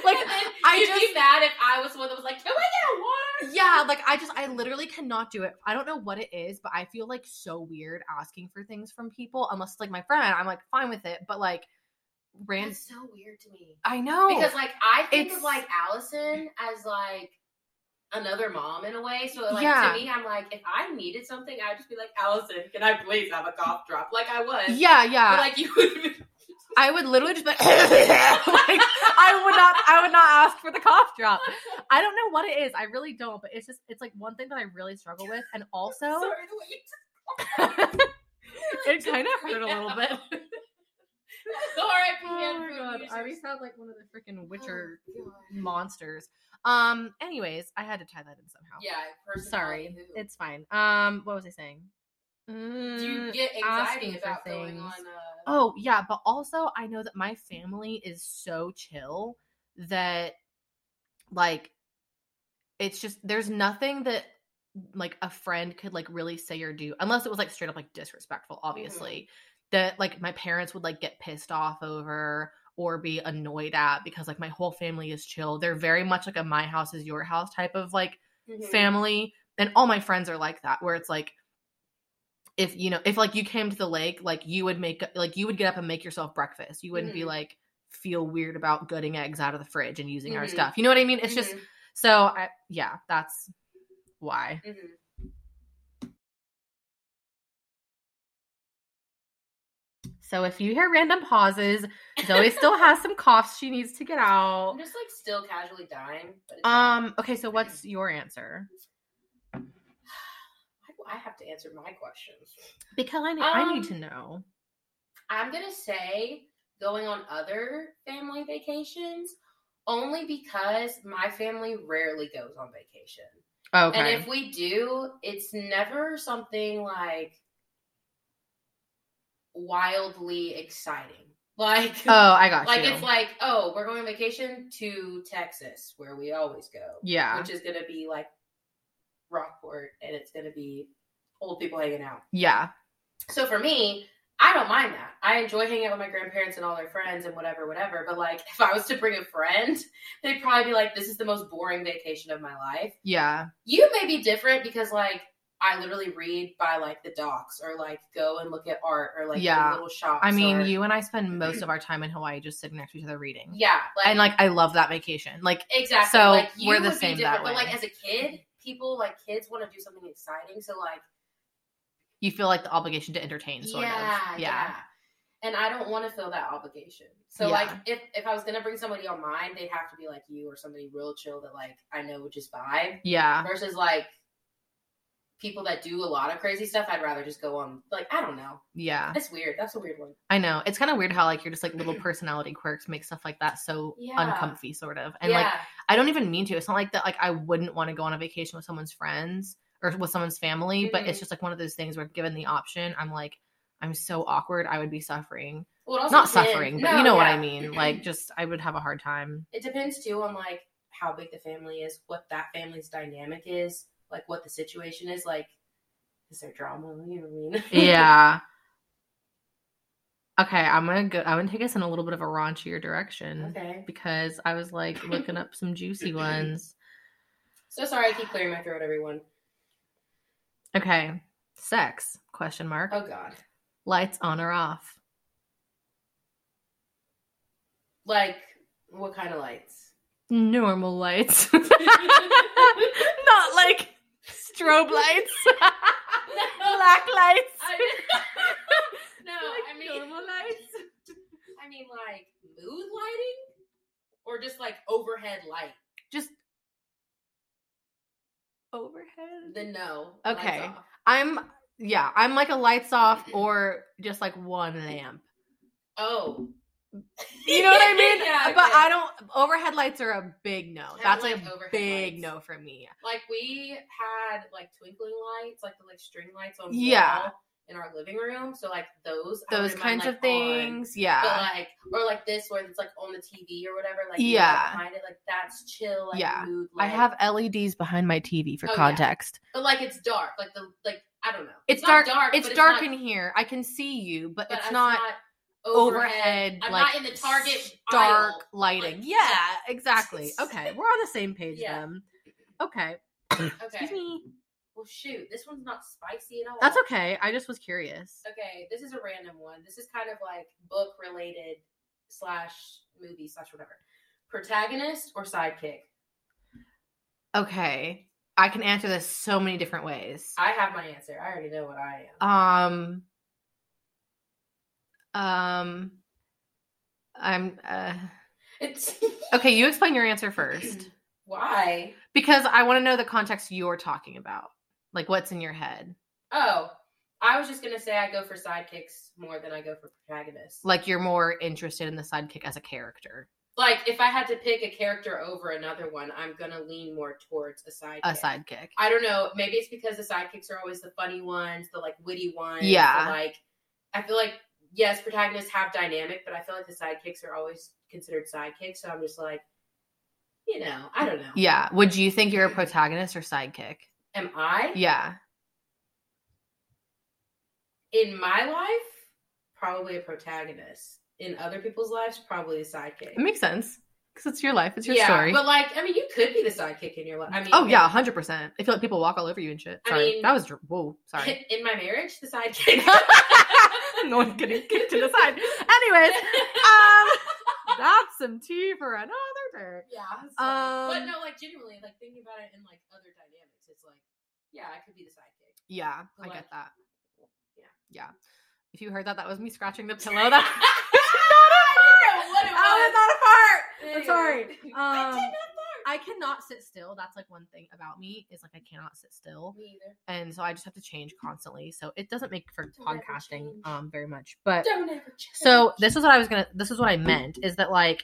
Speaker 2: like
Speaker 1: And then
Speaker 2: I
Speaker 1: you'd
Speaker 2: just
Speaker 1: be mad if I was the one that was like, "Can we get a water?"
Speaker 2: yeah, like I just I literally cannot do it. I don't know what it is, but I feel like so weird asking for things from people unless it's like my friend. I'm like fine with it, but like random.
Speaker 1: That's so weird to me.
Speaker 2: I know
Speaker 1: because like I think of
Speaker 2: It's-
Speaker 1: like Allison as like another mom in a way. So like
Speaker 2: Yeah.
Speaker 1: to me, I'm like, if I needed something, I'd just be like, Allison, can I please have a cough drop? Like I was.
Speaker 2: yeah,
Speaker 1: But,
Speaker 2: yeah.
Speaker 1: like you would.
Speaker 2: I would literally just be like, like I would not I would not ask for the cough drop. I don't know what it is. I really don't, but it's just it's like one thing that I really struggle with and also
Speaker 1: Sorry, the way you
Speaker 2: it kind of hurt a little bit.
Speaker 1: Sorry,
Speaker 2: Oh my god, I already sound like one of the
Speaker 1: Oh.
Speaker 2: freaking Witcher monsters. Um. Anyways, I had to tie that in somehow.
Speaker 1: Yeah,
Speaker 2: Sorry,
Speaker 1: personality who-
Speaker 2: it's fine. Um. What was I saying?
Speaker 1: Do you
Speaker 2: Mm,
Speaker 1: get
Speaker 2: asking
Speaker 1: anxiety
Speaker 2: for
Speaker 1: about going
Speaker 2: things.
Speaker 1: on? Uh,
Speaker 2: oh yeah, but also I know that my family is so chill that, like, it's just there's nothing that like a friend could like really say or do unless it was like straight up like disrespectful obviously that like my parents would like get pissed off over or be annoyed at because like my whole family is chill they're very much like a my house is your house type of like Mm-hmm.
Speaker 1: mhm.
Speaker 2: family and all my friends are like that where it's like if you know if like you came to the lake like you would make like you would get up and make yourself breakfast you wouldn't be
Speaker 1: Mhm.
Speaker 2: like feel weird about gutting eggs out of the fridge and using our
Speaker 1: Mhm.
Speaker 2: stuff you know what i mean it's just
Speaker 1: Mhm,
Speaker 2: so I, yeah that's why
Speaker 1: mhm.
Speaker 2: so if you hear random pauses zoe still has some coughs she needs to get out
Speaker 1: I'm just like still casually dying. But it's fine.
Speaker 2: Um. Okay. So what's your answer?
Speaker 1: Why do I have to answer my questions?
Speaker 2: Because I, ne- I need
Speaker 1: Um,
Speaker 2: to know.
Speaker 1: I'm gonna say going on other family vacations only because my family rarely goes on vacation.
Speaker 2: oh, Okay.
Speaker 1: And if we do, it's never something like wildly exciting. Like
Speaker 2: oh, I got
Speaker 1: like
Speaker 2: you.
Speaker 1: it's like, oh, we're going on vacation to Texas where we always go.
Speaker 2: yeah.
Speaker 1: Which is gonna be like Rockport and it's gonna be old people hanging out.
Speaker 2: yeah.
Speaker 1: So for me, I don't mind that. I enjoy hanging out with my grandparents and all their friends and whatever, whatever. But like, if I was to bring a friend, they'd probably be like, "This is the most boring vacation of my life."
Speaker 2: Yeah.
Speaker 1: You may be different because like I literally read by like the docks or like go and look at art or like
Speaker 2: Yeah.
Speaker 1: the little shops.
Speaker 2: I mean,
Speaker 1: or-
Speaker 2: you and I spend most of our time in Hawaii just sitting next to each other reading.
Speaker 1: yeah, like,
Speaker 2: And like, I love that vacation. Like,
Speaker 1: exactly.
Speaker 2: so
Speaker 1: like you
Speaker 2: we're the
Speaker 1: would
Speaker 2: same
Speaker 1: be
Speaker 2: that
Speaker 1: different, but like
Speaker 2: way.
Speaker 1: as a kid, people like kids want to do something exciting. So like.
Speaker 2: you feel like the obligation to entertain, sort
Speaker 1: yeah,
Speaker 2: of.
Speaker 1: Yeah. And I don't want to feel that obligation. So
Speaker 2: Yeah.
Speaker 1: like if if I was gonna bring somebody on mine, they'd have to be like you or somebody real chill that like I know would just vibe.
Speaker 2: Yeah.
Speaker 1: Versus like people that do a lot of crazy stuff, I'd rather just go on like I don't know.
Speaker 2: Yeah.
Speaker 1: That's weird. That's a weird one.
Speaker 2: I know. It's kind of weird how like your just like little personality quirks make stuff like that so
Speaker 1: Yeah.
Speaker 2: uncomfy, sort of. And like,
Speaker 1: yeah.
Speaker 2: I don't even mean to. It's not like that. Like I wouldn't want to go on a vacation with someone's friends or with someone's family, but
Speaker 1: Mhm.
Speaker 2: it's just like one of those things where given the option, I'm like, I'm so awkward. I would be suffering.
Speaker 1: Well, it also
Speaker 2: Not
Speaker 1: depends-
Speaker 2: suffering, but
Speaker 1: Oh, No,
Speaker 2: you know what
Speaker 1: yeah.
Speaker 2: I mean. Like, just I would have a hard time.
Speaker 1: it depends too on like how big the family is, what that family's dynamic is, like what the situation is, like is there drama? You know what I mean?
Speaker 2: Yeah. okay, I'm gonna go. I'm gonna take us in a little bit of a raunchier direction
Speaker 1: okay.
Speaker 2: because I was like looking up some juicy ones.
Speaker 1: So sorry, I keep clearing my throat, everyone.
Speaker 2: Okay, sex? Question mark.
Speaker 1: Oh God.
Speaker 2: Lights on or off?
Speaker 1: Like what kind of lights?
Speaker 2: Normal lights, not like strobe lights, black lights.
Speaker 1: no, I mean
Speaker 2: normal lights.
Speaker 1: I mean like mood lighting, or just like overhead light.
Speaker 2: Just overhead.
Speaker 1: The no. lights
Speaker 2: Okay.
Speaker 1: off.
Speaker 2: I'm yeah, I'm like a lights off or just like one lamp.
Speaker 1: Oh.
Speaker 2: You know what I mean?
Speaker 1: yeah,
Speaker 2: but
Speaker 1: okay.
Speaker 2: I don't overhead lights are a big no.
Speaker 1: I
Speaker 2: That's
Speaker 1: like
Speaker 2: a
Speaker 1: overhead
Speaker 2: big
Speaker 1: lights.
Speaker 2: no for me.
Speaker 1: Like we had like twinkling lights, like the like string lights on the
Speaker 2: Yeah.
Speaker 1: wall in our living room. So like those I
Speaker 2: Those
Speaker 1: wouldn't mind,
Speaker 2: kinds
Speaker 1: like,
Speaker 2: of
Speaker 1: on.
Speaker 2: things.
Speaker 1: But
Speaker 2: Yeah.
Speaker 1: like or like this where it's like on the TV or whatever, like you have
Speaker 2: Yeah.
Speaker 1: behind it, like that's chill, like
Speaker 2: Yeah.
Speaker 1: mood
Speaker 2: I
Speaker 1: light.
Speaker 2: have LEDs behind my TV for
Speaker 1: Oh, yeah.
Speaker 2: context.
Speaker 1: but like it's dark. Like the like I don't know.
Speaker 2: It's,
Speaker 1: not
Speaker 2: dark. It's
Speaker 1: but
Speaker 2: dark
Speaker 1: not-
Speaker 2: in here. I can see you, but,
Speaker 1: but
Speaker 2: it's not overhead,
Speaker 1: I'm
Speaker 2: like
Speaker 1: not in the Target
Speaker 2: dark
Speaker 1: aisle.
Speaker 2: lighting.
Speaker 1: Like,
Speaker 2: yeah, exactly. Okay, we're on the same page
Speaker 1: Yeah.
Speaker 2: then. Okay.
Speaker 1: Okay.
Speaker 2: Excuse me.
Speaker 1: Well shoot, this one's not spicy at all.
Speaker 2: That's okay. I just was curious.
Speaker 1: Okay, this is a random one. This is kind of like book related slash movie slash whatever. Protagonist or sidekick?
Speaker 2: Okay. I can answer this so many different ways.
Speaker 1: I have my answer. I already know what I am.
Speaker 2: Um Um I'm uh
Speaker 1: It's
Speaker 2: Okay, you explain your answer first
Speaker 1: why?
Speaker 2: because I want to know the context you're talking about. Like what's in your head?
Speaker 1: Oh, I was just gonna say I go for sidekicks more than I go for protagonists.
Speaker 2: Like you're more interested in the sidekick as a character,
Speaker 1: Like if I had to pick a character over another one, I'm gonna lean more towards a sidekick.
Speaker 2: a sidekick.
Speaker 1: I don't know. Maybe it's because the sidekicks are always the funny ones, the like witty ones. the,
Speaker 2: Yeah.
Speaker 1: like I feel like yes, protagonists have dynamic, but I feel like the sidekicks are always considered sidekicks. So I'm just like, you know, I don't know.
Speaker 2: Yeah. Would you think you're a protagonist or sidekick?
Speaker 1: Am I
Speaker 2: Yeah.
Speaker 1: in my life probably a protagonist? In other people's lives, probably a sidekick.
Speaker 2: It makes sense because it's your life, it's your
Speaker 1: yeah,
Speaker 2: story.
Speaker 1: but like I mean, you could be the sidekick in your life. I mean,
Speaker 2: oh yeah, hundred percent. I feel like people walk all over you and shit.
Speaker 1: I
Speaker 2: Sorry,
Speaker 1: mean-
Speaker 2: that was dr- whoa. Sorry,
Speaker 1: In my marriage, the sidekick.
Speaker 2: no one's getting kicked to the side. Anyways, um, that's some tea for another day.
Speaker 1: Yeah. it's
Speaker 2: Um,
Speaker 1: funny. but no, like genuinely, like thinking about it in like other dynamics, it's like, yeah, I could be the sidekick.
Speaker 2: Yeah, I
Speaker 1: Like-
Speaker 2: get that.
Speaker 1: Yeah.
Speaker 2: yeah. If you heard that, that was me scratching the pillow. That
Speaker 1: I didn't know what it was.
Speaker 2: that
Speaker 1: Anyway.
Speaker 2: was not a fart. I'm sorry.
Speaker 1: I did
Speaker 2: Um,
Speaker 1: not fart.
Speaker 2: I cannot sit still. That's like one thing about me is like I cannot sit still.
Speaker 1: Me either.
Speaker 2: and so I just have to change constantly. So it doesn't make for
Speaker 1: Don't ever
Speaker 2: podcasting
Speaker 1: change.
Speaker 2: um very much. But
Speaker 1: Don't ever change.
Speaker 2: so this is what I was gonna this is what I meant is that like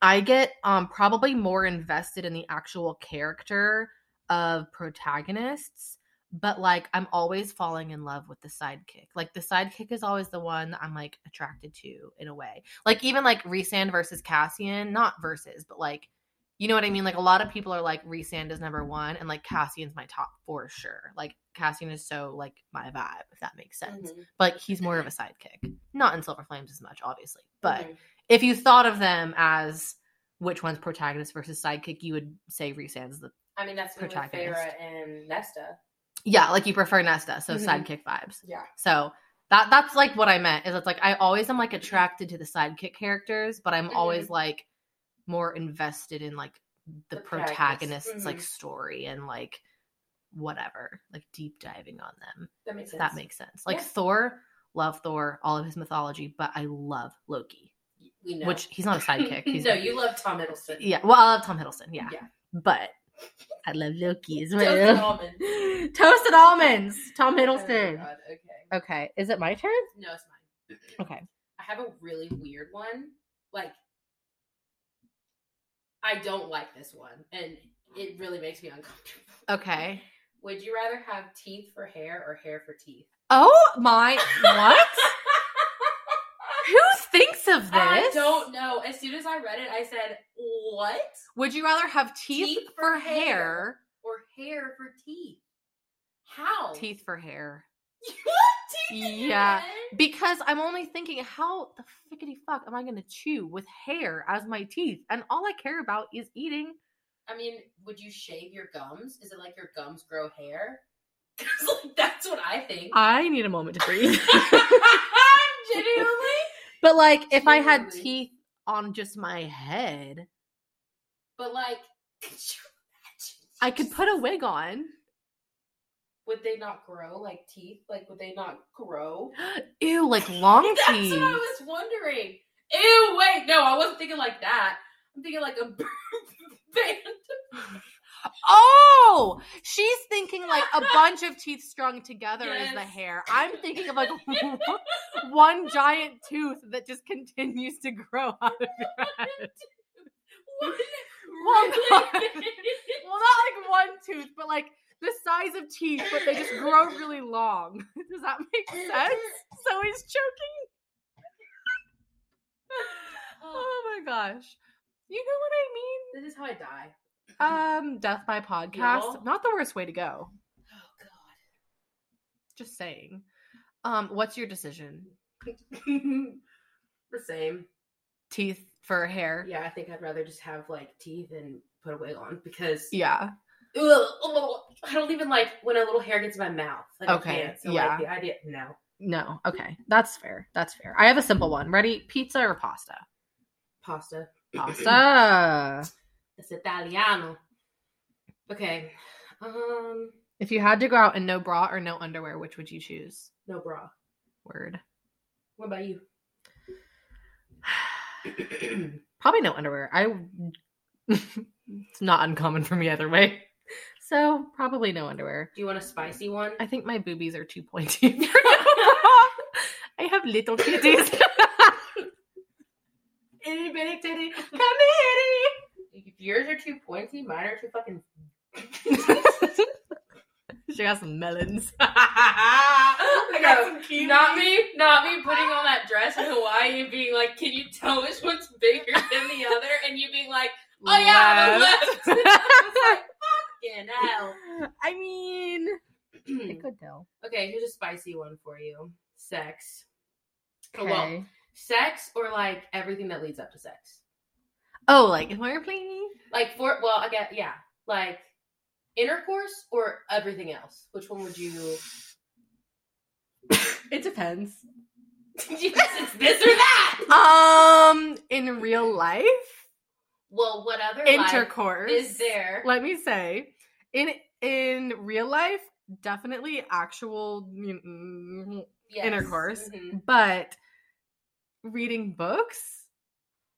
Speaker 2: I get um probably more invested in the actual character of protagonists, but like I'm always falling in love with the sidekick. Like the sidekick is always the one that I'm like attracted to in a way. Like even like Resand versus Cassian, not versus, but like you know what I mean? Like a lot of people are like Resand is number one and like Cassian's my top for sure. Like Cassian is so like my vibe, if that makes sense
Speaker 1: Mhm,
Speaker 2: but he's more of a sidekick. Not in Silver Flames as much, obviously. But
Speaker 1: mhm.
Speaker 2: if you thought of them as which one's protagonist versus sidekick, you would say Resand's the
Speaker 1: I mean, that's with
Speaker 2: protagonist.
Speaker 1: Feyre and Nesta.
Speaker 2: yeah, like you prefer Nesta, so
Speaker 1: Mhm.
Speaker 2: sidekick vibes.
Speaker 1: Yeah.
Speaker 2: So that that's like what I meant is it's like I always am like attracted to the sidekick characters, but I'm
Speaker 1: Mhm.
Speaker 2: always like more invested in like the,
Speaker 1: The protagonist.
Speaker 2: protagonist's like
Speaker 1: Mhm.
Speaker 2: story and like whatever, like deep diving on them.
Speaker 1: That makes
Speaker 2: if
Speaker 1: sense.
Speaker 2: that makes sense. Like
Speaker 1: Yeah.
Speaker 2: Thor, love Thor, all of his mythology, but I love Loki,
Speaker 1: We know.
Speaker 2: which he's not a sidekick. He's
Speaker 1: no, you love Tom Hiddleston.
Speaker 2: yeah. Well, I love Tom Hiddleston. Yeah,
Speaker 1: Yeah.
Speaker 2: but I love Loki as
Speaker 1: Toasted
Speaker 2: well.
Speaker 1: almond.
Speaker 2: Toasted almonds. Tom
Speaker 1: Oh,
Speaker 2: Hiddleston.
Speaker 1: God, okay.
Speaker 2: okay, is it my turn?
Speaker 1: No, it's mine.
Speaker 2: Okay.
Speaker 1: I have a really weird one. Like, I don't like this one, and it really makes me uncomfortable.
Speaker 2: Okay.
Speaker 1: Would you rather have teeth for hair or hair for teeth?
Speaker 2: Oh my! What? of this?
Speaker 1: I don't know. As soon as I read it, I said, "What?"
Speaker 2: Would you rather have teeth,
Speaker 1: Teeth
Speaker 2: for
Speaker 1: for
Speaker 2: hair,
Speaker 1: hair. Or hair for teeth? How
Speaker 2: teeth for hair?
Speaker 1: You have teeth in your
Speaker 2: Yeah.
Speaker 1: head?
Speaker 2: Because I'm only thinking, how the fickety fuck am I going to chew with hair as my teeth? And all I care about is eating.
Speaker 1: I mean, would you shave your gums? Is it like your gums grow hair? 'Cause, like, that's what I think.
Speaker 2: I need a moment to breathe.
Speaker 1: Genuinely.
Speaker 2: but like, if I had
Speaker 1: Genuinely.
Speaker 2: teeth on just my head,
Speaker 1: But like, could you imagine?
Speaker 2: I could put a wig on.
Speaker 1: Would they not grow like teeth? Like, would they not grow?
Speaker 2: Ew, like long
Speaker 1: That's
Speaker 2: teeth.
Speaker 1: what I was wondering. Ew, wait, no, I wasn't thinking like that. I'm thinking like a band.
Speaker 2: Oh, she's thinking like a bunch of teeth strung together is the
Speaker 1: Yes.
Speaker 2: hair. I'm thinking of like one giant tooth that just continues to grow out of your head.
Speaker 1: What?
Speaker 2: Well,
Speaker 1: Really?
Speaker 2: Well, not like one tooth, but like the size of teeth, but they just grow really long. Does that make sense? So he's choking. Oh my gosh. You know
Speaker 1: This is how I die.
Speaker 2: what I mean? Um, death by podcast.
Speaker 1: Yeah.
Speaker 2: Not the worst way to go.
Speaker 1: Oh god.
Speaker 2: Just saying. Um, what's your decision?
Speaker 1: Oh, the same.
Speaker 2: Teeth for hair?
Speaker 1: Yeah, I think I'd rather just have like teeth and put a wig on because
Speaker 2: Yeah.
Speaker 1: Ugh, ugh, I don't even like when a little hair gets in my mouth. Like,
Speaker 2: Okay,
Speaker 1: okay. I can't. So
Speaker 2: yeah.
Speaker 1: like the idea no.
Speaker 2: No. Okay. That's fair. That's fair. I have a simple one. Ready? Pizza or pasta?
Speaker 1: Pasta.
Speaker 2: Pasta.
Speaker 1: It's Italiano. Okay. Um
Speaker 2: if you had to go out in no bra or no underwear, which would you choose?
Speaker 1: no bra.
Speaker 2: Word.
Speaker 1: What about you?
Speaker 2: Probably no underwear. I it's not uncommon for me either way. So probably no underwear.
Speaker 1: Do you want a spicy one?
Speaker 2: I think my boobies are too pointy. for no bra. I have little titties.
Speaker 1: Itty bitty titty.
Speaker 2: Come here.
Speaker 1: If yours are too pointy, mine are too fucking
Speaker 2: she got some melons.
Speaker 1: I
Speaker 2: got
Speaker 1: some Not me, not me putting on that dress in Hawaii and being like, Can you tell which one's bigger than the other? And you being like, Oh yeah,
Speaker 2: Left.
Speaker 1: the left. I was like, Fucking hell.
Speaker 2: I mean, I could tell.
Speaker 1: okay, here's a spicy one for you. Sex. Oh, well, sex or like everything that leads up to sex.
Speaker 2: Oh, like if we're playing,
Speaker 1: Like for well, I guess yeah. Like intercourse or everything else. Which one would you
Speaker 2: it depends.
Speaker 1: it's this or that?
Speaker 2: Um, in real life,
Speaker 1: Well, what other intercourse
Speaker 2: intercourse
Speaker 1: is there?
Speaker 2: Let me say, in in real life, definitely actual, mm,
Speaker 1: Yes.
Speaker 2: intercourse.
Speaker 1: Mhm.
Speaker 2: but reading books,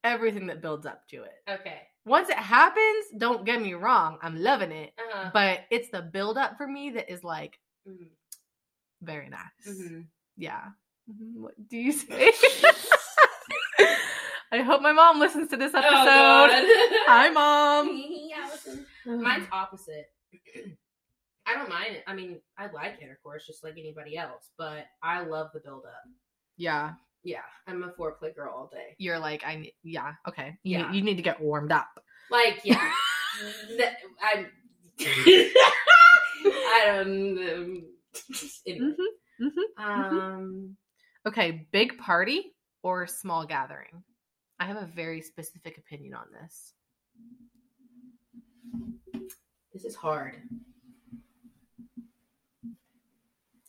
Speaker 2: everything that builds up to it.
Speaker 1: Okay.
Speaker 2: Once it happens, don't get me wrong, I'm loving it,
Speaker 1: Uh-huh.
Speaker 2: but it's the build up for me that is like
Speaker 1: Mhm.
Speaker 2: very nice.
Speaker 1: Mhm.
Speaker 2: yeah. Mhm. What do you say? I hope my mom listens to this
Speaker 1: Oh,
Speaker 2: episode.
Speaker 1: God.
Speaker 2: Hi, mom.
Speaker 1: Allison. Mine's opposite. I don't mind it. I mean, I like intercourse just like anybody else, but I love the build up.
Speaker 2: yeah,
Speaker 1: Yeah, I'm a foreplay girl all day.
Speaker 2: you're like I. ne- Yeah, okay. You,
Speaker 1: Yeah.
Speaker 2: you need to get warmed up.
Speaker 1: Like, yeah, Th- I'm. I don't. Um, anyway.
Speaker 2: Mhm, mhm,
Speaker 1: um,
Speaker 2: Okay, big party or small gathering? I have a very specific opinion on this.
Speaker 1: this is hard.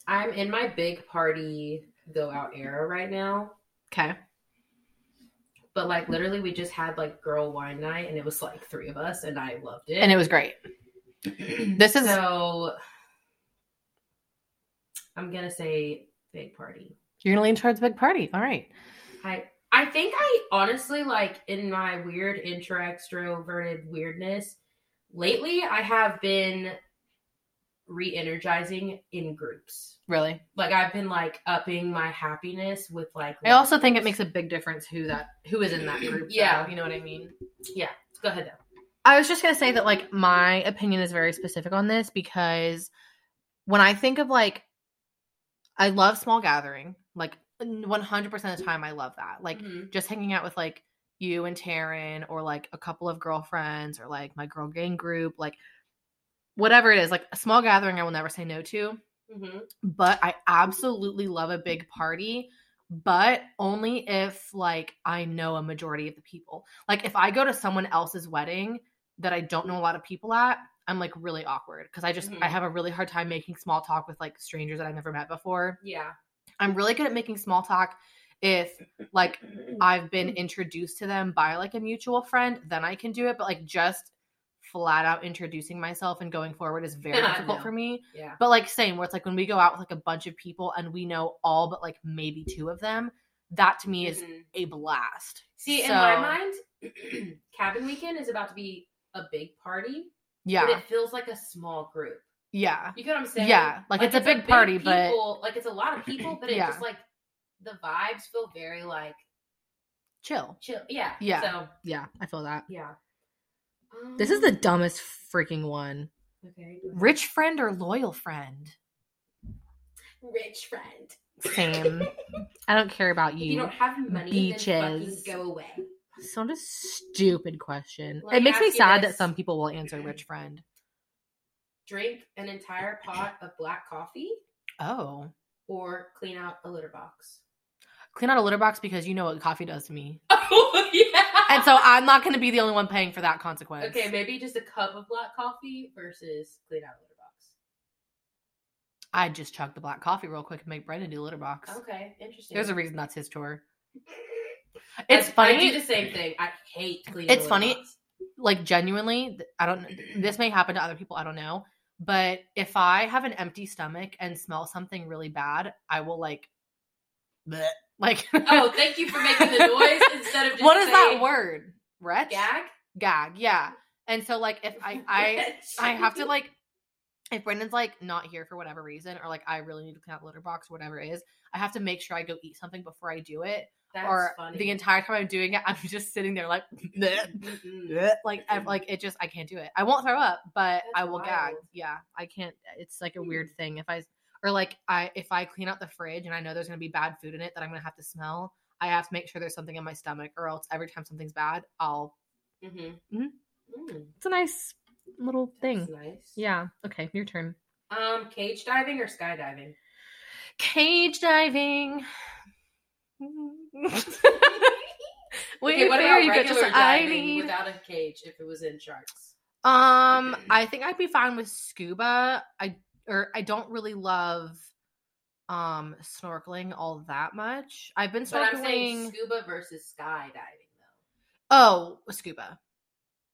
Speaker 1: I'm in my big party go out era right now,
Speaker 2: Okay.
Speaker 1: but like literally, we just had like girl wine night, and it was like three of us, and I loved it.
Speaker 2: And it was great. This is
Speaker 1: so I'm gonna say big party.
Speaker 2: you're gonna lean towards big party. All right.
Speaker 1: I I think I honestly like in my weird intra extroverted weirdness lately I have been re-energizing in groups.
Speaker 2: Really.
Speaker 1: Like I've been like upping my happiness with like
Speaker 2: I also think it makes a big difference who that who is in that group.
Speaker 1: Yeah.
Speaker 2: though, you know what I mean?
Speaker 1: go ahead though.
Speaker 2: I was just gonna say that like my opinion is very specific on this because when I think of like I love small gathering, like 100% of the time, I love that. Like,
Speaker 1: Mhm.
Speaker 2: just hanging out with like you and Taryn or like a couple of girlfriends or like my girl gang group, like whatever it is, like a small gathering I will never say no to.
Speaker 1: Mhm.
Speaker 2: But I absolutely love a big party, but only if like I know a majority of the people. Like if I go to someone else's wedding that I don't know a lot of people at, I'm like really awkward because I just I
Speaker 1: Mhm.
Speaker 2: have a really hard time making small talk with like strangers that I've never met before.
Speaker 1: yeah
Speaker 2: I'm really good at making small talk if like I've been introduced to them by like a mutual friend, then I can do it. But like just flat out introducing myself and going forward is very
Speaker 1: Yeah, I
Speaker 2: difficult
Speaker 1: know.
Speaker 2: for me.
Speaker 1: yeah
Speaker 2: But like same, where it's like when we go out with like a bunch of people and we know all but like maybe two of them, that to me is
Speaker 1: Mhm.
Speaker 2: a blast.
Speaker 1: see in
Speaker 2: So,
Speaker 1: my mind cabin weekend is about to be a big party but
Speaker 2: yeah,
Speaker 1: it feels like a small group
Speaker 2: yeah,
Speaker 1: you get what i'm saying
Speaker 2: yeah. Like, it's, a big, party, but
Speaker 1: people, like it's a lot of people but it
Speaker 2: Yeah.
Speaker 1: just like the vibes feel very like
Speaker 2: chill.
Speaker 1: chill yeah
Speaker 2: Yeah.
Speaker 1: so
Speaker 2: Yeah, I feel that.
Speaker 1: yeah um,
Speaker 2: This is the dumbest freaking one.
Speaker 1: okay
Speaker 2: Rich friend or loyal friend?
Speaker 1: rich friend
Speaker 2: Same. I don't care about
Speaker 1: If
Speaker 2: you.
Speaker 1: you don't have money, then
Speaker 2: beaches.
Speaker 1: fucking go away.
Speaker 2: Such a stupid question.
Speaker 1: Let
Speaker 2: it
Speaker 1: me
Speaker 2: makes me
Speaker 1: ask you
Speaker 2: sad
Speaker 1: this.
Speaker 2: that some people will answer rich friend.
Speaker 1: Drink an entire pot of black coffee
Speaker 2: Oh.
Speaker 1: or clean out a litter box.
Speaker 2: Clean out a litter box because you know what coffee does to me.
Speaker 1: Oh yeah.
Speaker 2: And so I'm not going to be the only one paying for that consequence.
Speaker 1: okay, maybe just a cup of black coffee versus clean out a litter box.
Speaker 2: I'd just chug the black coffee real quick and make Brendan do litter box.
Speaker 1: Okay, interesting.
Speaker 2: There's a reason that's his tour.
Speaker 1: I-
Speaker 2: It's funny.
Speaker 1: I do the same thing. I hate cleaning.
Speaker 2: It's
Speaker 1: a litter
Speaker 2: funny.
Speaker 1: box.
Speaker 2: like genuinely th- i don't this may happen to other people i don't know but if i have an empty stomach and smell something really bad i will like bleh, like
Speaker 1: Oh, thank you for making the noise instead of just
Speaker 2: what is that
Speaker 1: saying
Speaker 2: word retch
Speaker 1: Gag.
Speaker 2: gag yeah and so like if i i i have to like if brendan's like not here for whatever reason or like i really need to clean out the litter box whatever it is i have to make sure i go eat something before i do it
Speaker 1: That's
Speaker 2: or
Speaker 1: funny.
Speaker 2: the entire time i'm doing it i'm just sitting there like bleh,
Speaker 1: Mm-mm.
Speaker 2: Blech. like i like it just I can't do it. I won't throw up, but
Speaker 1: That's
Speaker 2: I will gag.
Speaker 1: wild. Mm.
Speaker 2: Yeah, I can't. It's like a weird thing. If I or like I if I clean out the fridge and I know there's gonna be bad food in it that I'm gonna have to smell, I have to make sure there's something in my stomach, or else every time something's bad, I'll.
Speaker 1: Mhm.
Speaker 2: Mhm.
Speaker 1: Mm,
Speaker 2: It's a nice little
Speaker 1: that's
Speaker 2: thing.
Speaker 1: nice.
Speaker 2: Yeah. Okay, your turn.
Speaker 1: Um, cage diving or skydiving?
Speaker 2: Cage diving. Wait,
Speaker 1: okay, what
Speaker 2: fair,
Speaker 1: about
Speaker 2: you got
Speaker 1: regular
Speaker 2: just I
Speaker 1: diving
Speaker 2: need.
Speaker 1: without a cage if it was in sharks?
Speaker 2: Um, I think I'd be fine with scuba. I or I don't really love um snorkeling all that much. I've been
Speaker 1: But I'm
Speaker 2: snorkeling.
Speaker 1: saying scuba versus skydiving though.
Speaker 2: oh, scuba.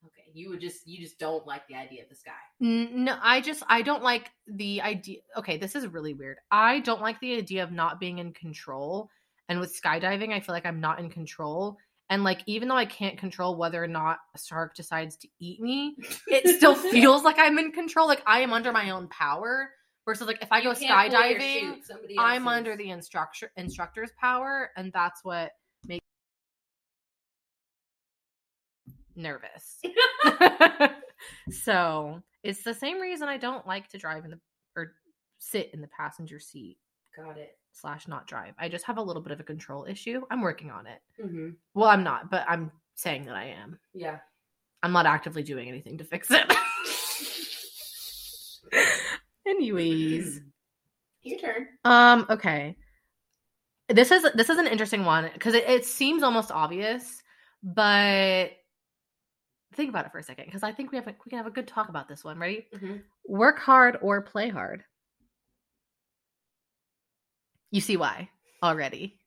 Speaker 1: Okay, you would just you just don't like the idea of the sky.
Speaker 2: N- No, I just I don't like the idea. Okay, this is really weird. I don't like the idea of not being in control. And with skydiving, I feel like I'm not in control. And like even though I can't control whether or not a shark decides to eat me, it still feels like I'm in control. Like I am under my own power. Versus like if I go
Speaker 1: You can't pull your
Speaker 2: skydiving,
Speaker 1: chute, somebody
Speaker 2: I'm
Speaker 1: else's.
Speaker 2: under the instructor instructor's power, and that's what makes nervous. so it's the same reason I don't like to drive in the or sit in the passenger seat
Speaker 1: Got it.
Speaker 2: slash not drive. I just have a little bit of a control issue. I'm working on it.
Speaker 1: Mm-hmm.
Speaker 2: Well, I'm not, but I'm saying that I am.
Speaker 1: Yeah.
Speaker 2: I'm not actively doing anything to fix it. Anyways.
Speaker 1: Your turn.
Speaker 2: Um. Okay. This is this is an interesting one because it, it seems almost obvious, but think about it for a second because I think we have a, we can have a good talk about this one. Ready?
Speaker 1: Mhm.
Speaker 2: Work hard or play hard. You see why already.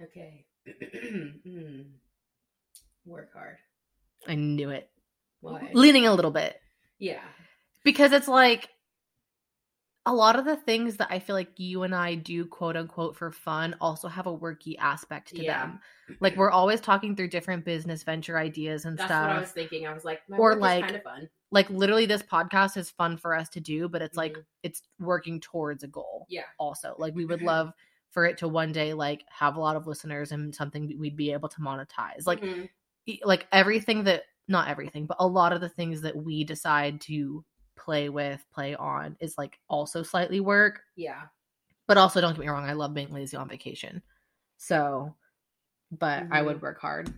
Speaker 1: Okay. Mm. Work hard.
Speaker 2: I knew it.
Speaker 1: Why?
Speaker 2: Leaning a little bit.
Speaker 1: yeah.
Speaker 2: because it's like a lot of the things that I feel like you and I do quote unquote for fun also have a worky aspect to
Speaker 1: Yeah.
Speaker 2: them. Like we're always talking through different business venture ideas and
Speaker 1: That's what I
Speaker 2: stuff.
Speaker 1: was thinking. I was like, my
Speaker 2: Or
Speaker 1: work
Speaker 2: like-
Speaker 1: kind of fun.
Speaker 2: Like literally this podcast is fun for us to do, but it's like
Speaker 1: Mhm.
Speaker 2: it's working towards a goal
Speaker 1: yeah.
Speaker 2: also. Like we would love for it to one day like have a lot of listeners and something that we'd be able to monetize. Like
Speaker 1: Mhm.
Speaker 2: e- like everything that not everything, but a lot of the things that we decide to play with, play on is like also slightly work.
Speaker 1: Yeah.
Speaker 2: But also, don't get me wrong, I love being lazy on vacation. So, but I
Speaker 1: Mm-hmm.
Speaker 2: would work hard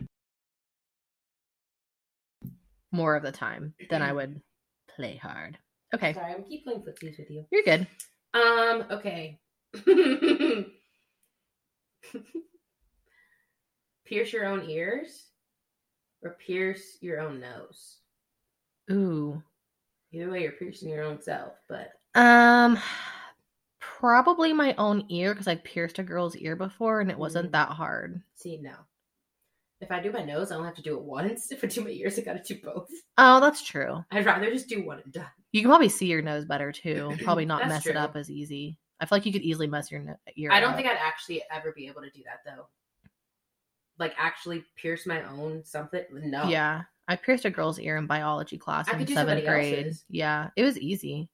Speaker 2: more of the time than I would play hard. Okay,
Speaker 1: Sorry, I'm keep playing footsies with you.
Speaker 2: you're good.
Speaker 1: Um, okay. pierce your own ears or pierce your own nose.
Speaker 2: Ooh.
Speaker 1: Either way, you're piercing your own self, but
Speaker 2: Um, probably my own ear because I pierced a girl's ear before and it wasn't
Speaker 1: Mm.
Speaker 2: that hard.
Speaker 1: see, no. If I do my nose, I only have to do it once. If I do my ears, I gotta do both.
Speaker 2: Oh, that's true.
Speaker 1: I'd rather just do one and done.
Speaker 2: You can probably see your nose better too. Probably not
Speaker 1: That's
Speaker 2: mess it
Speaker 1: true.
Speaker 2: up as easy. I feel like you could easily mess your no- ear.
Speaker 1: I don't
Speaker 2: up.
Speaker 1: think I'd actually ever be able to do that though. Like actually pierce my own something. No.
Speaker 2: Yeah, I pierced a girl's ear in biology class
Speaker 1: Oh. I
Speaker 2: in
Speaker 1: could do
Speaker 2: seventh
Speaker 1: somebody
Speaker 2: grade.
Speaker 1: else's.
Speaker 2: Yeah, it was easy.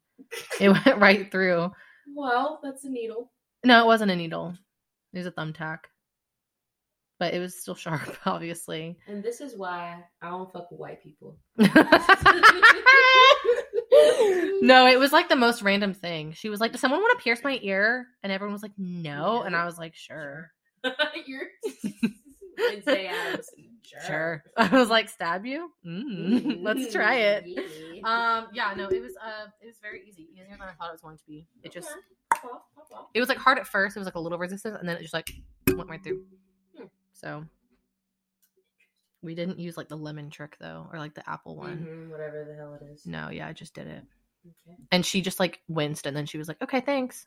Speaker 2: it went right through.
Speaker 1: Well, that's a needle.
Speaker 2: No, it wasn't a needle. It was a thumbtack, but it was still sharp, obviously.
Speaker 1: And this is why I don't fuck with white people.
Speaker 2: no, it was like the most random thing. She was like, "Does someone want to pierce my ear?" And everyone was like, "No," and
Speaker 1: No.
Speaker 2: I was like, "Sure,
Speaker 1: You're Wednesday Adams. Sure.
Speaker 2: sure." I was like, "Stab you?
Speaker 1: Mm-hmm.
Speaker 2: Mm, let's try it."
Speaker 1: Yeah.
Speaker 2: Um, yeah, no, it was uh, it was very easy, easier than I thought it was going to be. It just
Speaker 1: Okay. Pop off, pop off.
Speaker 2: it was like hard at first. It was like a little resistance, and then it just like went right through.
Speaker 1: Hmm.
Speaker 2: So we didn't use like the lemon trick though, or like the apple one.
Speaker 1: Mhm, whatever the hell it is.
Speaker 2: No, yeah, I just did it,
Speaker 1: Okay.
Speaker 2: and she just like winced, and then she was like, "Okay, thanks."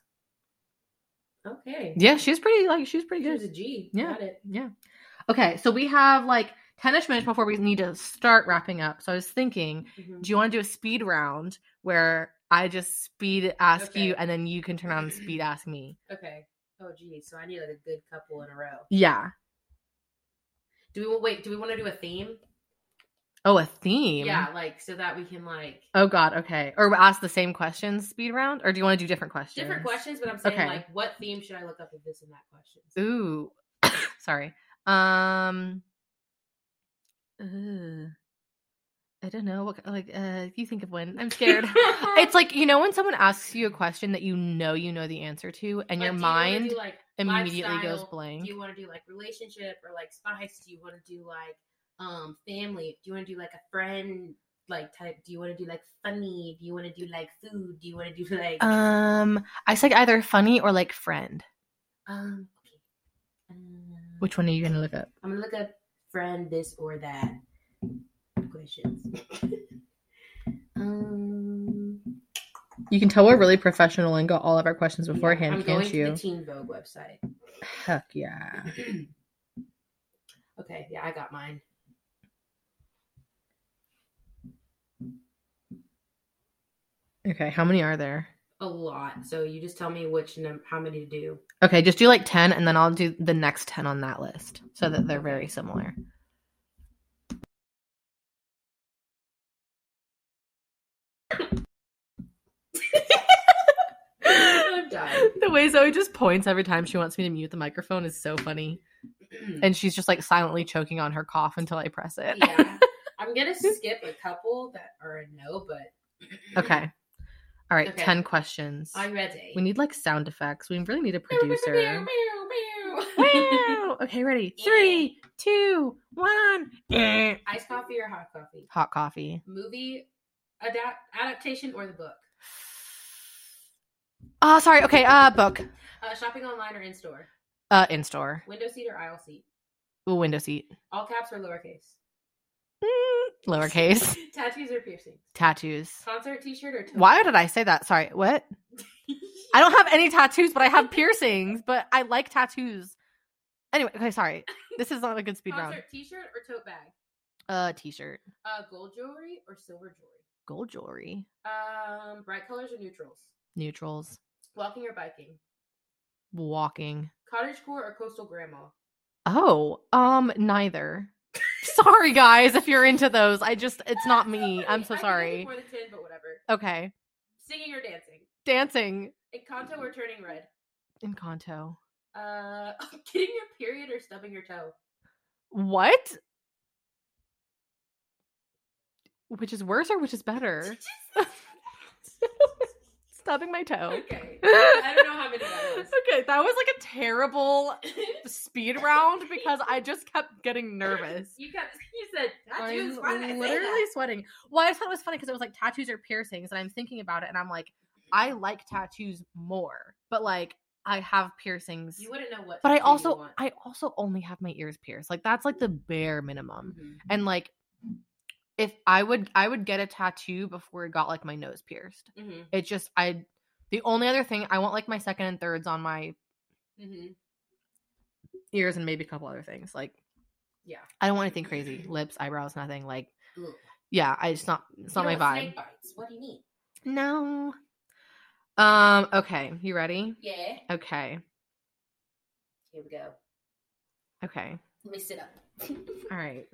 Speaker 1: Okay.
Speaker 2: Yeah, she was pretty like she was pretty
Speaker 1: Here's
Speaker 2: good.
Speaker 1: a G.
Speaker 2: Yeah.
Speaker 1: Got it.
Speaker 2: Yeah. Okay, so we have like ten-ish minutes before we need to start wrapping up. So I was thinking,
Speaker 1: Mhm.
Speaker 2: do you want to do a speed round where I just speed ask
Speaker 1: Okay.
Speaker 2: you, and then you can turn around and speed ask me?
Speaker 1: Okay. Oh, geez. So I need like a good couple in a row.
Speaker 2: Yeah.
Speaker 1: Do we wait? Do we want to do a theme?
Speaker 2: Oh, a theme.
Speaker 1: Yeah, like so that we can like
Speaker 2: Oh God. Okay. Or ask the same questions speed round, or do you want to do different questions?
Speaker 1: different questions. But I'm saying
Speaker 2: Okay.
Speaker 1: like, what theme should I look up with this and that question?
Speaker 2: Ooh. Sorry. Um. ugh. I don't know what like uh if you think of one. I'm scared. it's like you know when someone asks you a question that you know you know the answer to, and your
Speaker 1: Like, do you wanna
Speaker 2: mind
Speaker 1: do, like,
Speaker 2: immediately goes
Speaker 1: lifestyle?
Speaker 2: blank.
Speaker 1: Do you want to do like relationship or like spice? Do you want to do like um family? Do you want to do like a friend like type? Do you want to do like funny? Do you want to do like food? Do you want to do like
Speaker 2: Um, I say either funny or like friend.
Speaker 1: um? Okay. Um,
Speaker 2: Which one are you gonna look up?
Speaker 1: I'm gonna look up friend this or that questions. um,
Speaker 2: You can tell we're really professional and got all of our questions
Speaker 1: yeah,
Speaker 2: beforehand,
Speaker 1: I'm going
Speaker 2: can't you?
Speaker 1: to the Teen Vogue website.
Speaker 2: Heck yeah.
Speaker 1: okay, yeah, I got mine.
Speaker 2: Okay, how many are there?
Speaker 1: A lot. So you just tell me which num- how many to do.
Speaker 2: Okay, just do like 10 and then I'll do the next 10 on that list so that they're very similar.
Speaker 1: I'm done.
Speaker 2: The way Zoe just points every time she wants me to mute the microphone is so funny. And she's just like silently choking on her cough until I press it.
Speaker 1: yeah, I'm gonna skip a couple that are a no, but
Speaker 2: okay. All right,
Speaker 1: Okay.
Speaker 2: 10 questions.
Speaker 1: I'm ready.
Speaker 2: We need like sound effects. We really need a producer.
Speaker 1: Meow.
Speaker 2: wow. Okay, ready. Three, two, one. Eh.
Speaker 1: Iced coffee or hot coffee?
Speaker 2: Hot coffee.
Speaker 1: Movie adapt adaptation or the book?
Speaker 2: Oh, sorry. Okay, uh book.
Speaker 1: Uh, shopping online or in store?
Speaker 2: Uh in store.
Speaker 1: Window seat or aisle seat?
Speaker 2: Ooh, window seat.
Speaker 1: All caps or lowercase?
Speaker 2: Mm, Lowercase.
Speaker 1: Tattoos or piercings?
Speaker 2: Tattoos.
Speaker 1: Concert T-shirt or tote
Speaker 2: Why
Speaker 1: bag?
Speaker 2: did I say that? Sorry. What? I don't have any tattoos, but I have piercings, but I like tattoos. Anyway, okay, sorry. This is not a good speed
Speaker 1: Concert
Speaker 2: round.
Speaker 1: T-shirt or tote bag?
Speaker 2: Uh t-shirt.
Speaker 1: Uh, gold jewelry or silver jewelry?
Speaker 2: Gold jewelry.
Speaker 1: Um, bright colors or neutrals?
Speaker 2: Neutrals.
Speaker 1: Walking or biking?
Speaker 2: Walking.
Speaker 1: Cottage core or coastal grandma?
Speaker 2: Oh, um, neither. sorry, guys, if you're into those. I just, it's not me. I'm so
Speaker 1: I can give you
Speaker 2: sorry.
Speaker 1: More than ten, but whatever.
Speaker 2: Okay.
Speaker 1: Singing or dancing?
Speaker 2: Dancing.
Speaker 1: Encanto or turning red?
Speaker 2: Encanto.
Speaker 1: Uh, getting your period or stubbing your toe?
Speaker 2: What? Which is worse or which is better? Stubbing my toe.
Speaker 1: okay. I don't know how many that was.
Speaker 2: Okay, that was like a terrible speed round because I just kept getting nervous.
Speaker 1: You kept you said tattoos.
Speaker 2: I'm
Speaker 1: Why did I say
Speaker 2: literally
Speaker 1: that?
Speaker 2: sweating. Well, I just thought it was funny because it was like tattoos or piercings, and I'm thinking about it, and I'm like, I like tattoos more, but like I have piercings,
Speaker 1: You wouldn't know what.
Speaker 2: but I
Speaker 1: tattoo you
Speaker 2: also
Speaker 1: want.
Speaker 2: I also only have my ears pierced. Like that's like the bare minimum.
Speaker 1: Mhm.
Speaker 2: And like, if I would I would get a tattoo before I got like my nose pierced.
Speaker 1: Mhm.
Speaker 2: It just I the only other thing I want like my second and thirds on my
Speaker 1: Mhm.
Speaker 2: ears and maybe a couple other things. Like
Speaker 1: Yeah.
Speaker 2: I don't want anything crazy. Lips, eyebrows, nothing. Like
Speaker 1: Ugh.
Speaker 2: yeah, I just not it's not
Speaker 1: You
Speaker 2: my
Speaker 1: don't want
Speaker 2: vibe.
Speaker 1: Snake bites. What do you need?
Speaker 2: No. Um, okay, you ready?
Speaker 1: Yeah. Here
Speaker 2: Okay.
Speaker 1: we go.
Speaker 2: Okay.
Speaker 1: Let me sit up.
Speaker 2: All right.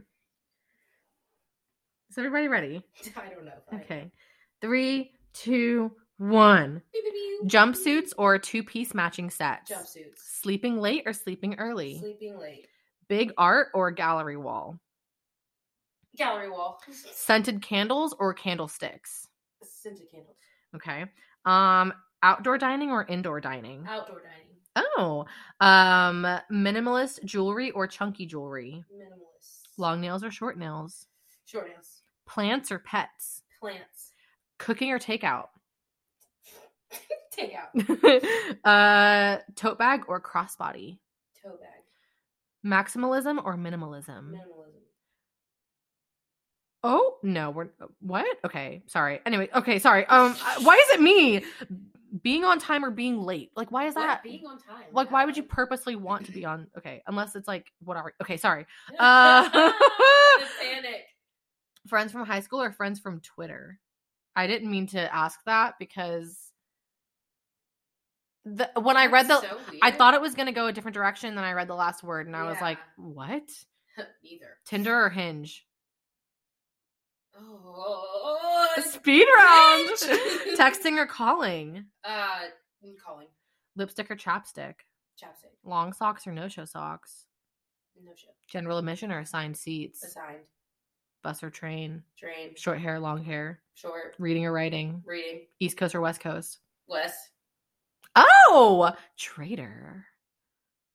Speaker 2: Is everybody ready?
Speaker 1: I don't know. if I-
Speaker 2: Okay. Three, two, one.
Speaker 1: Beep, beep, beep.
Speaker 2: Jumpsuits or two piece matching sets?
Speaker 1: Jumpsuits.
Speaker 2: Sleeping late or sleeping early?
Speaker 1: Sleeping late.
Speaker 2: Big art or gallery wall?
Speaker 1: Gallery wall.
Speaker 2: Scented candles or candlesticks?
Speaker 1: Scented candles.
Speaker 2: Okay. Um, outdoor dining or indoor dining?
Speaker 1: Outdoor dining.
Speaker 2: Oh. Um, minimalist jewelry or chunky jewelry?
Speaker 1: Minimalist.
Speaker 2: Long nails or short nails?
Speaker 1: Short nails.
Speaker 2: plants or pets,
Speaker 1: Plants.
Speaker 2: cooking or takeout,
Speaker 1: Take out.
Speaker 2: uh, tote bag or crossbody,
Speaker 1: Toe bag.
Speaker 2: maximalism or minimalism.
Speaker 1: Minimalism.
Speaker 2: Oh no, we're what? Okay, sorry. Anyway, okay, sorry. Um, uh, why is it me being on time or being late? Like, why is
Speaker 1: What?
Speaker 2: that?
Speaker 1: being on time?
Speaker 2: Like, why would you
Speaker 1: Yeah.
Speaker 2: purposely want to be on? Okay, unless it's like what are Okay, sorry. Uh,
Speaker 1: the panic.
Speaker 2: Friends from high school or friends from Twitter? I didn't mean to ask that because. The, when I read the
Speaker 1: That's so
Speaker 2: I
Speaker 1: weird.
Speaker 2: thought it was going to go a different direction. Then I read the last word and I was like,
Speaker 1: Yeah.
Speaker 2: what?
Speaker 1: neither.
Speaker 2: Tinder or Hinge?
Speaker 1: Oh,
Speaker 2: Speed round.
Speaker 1: Hinge!
Speaker 2: Texting or calling?
Speaker 1: uh, I'm calling
Speaker 2: Lipstick or chapstick?
Speaker 1: chapstick.
Speaker 2: Long socks or no show socks?
Speaker 1: No shit.
Speaker 2: General admission or assigned seats?
Speaker 1: Assigned.
Speaker 2: Bus or train?
Speaker 1: Drain.
Speaker 2: Short hair, long hair?
Speaker 1: Short.
Speaker 2: Reading or writing?
Speaker 1: Reading.
Speaker 2: East Coast or West Coast?
Speaker 1: West.
Speaker 2: Oh, traitor.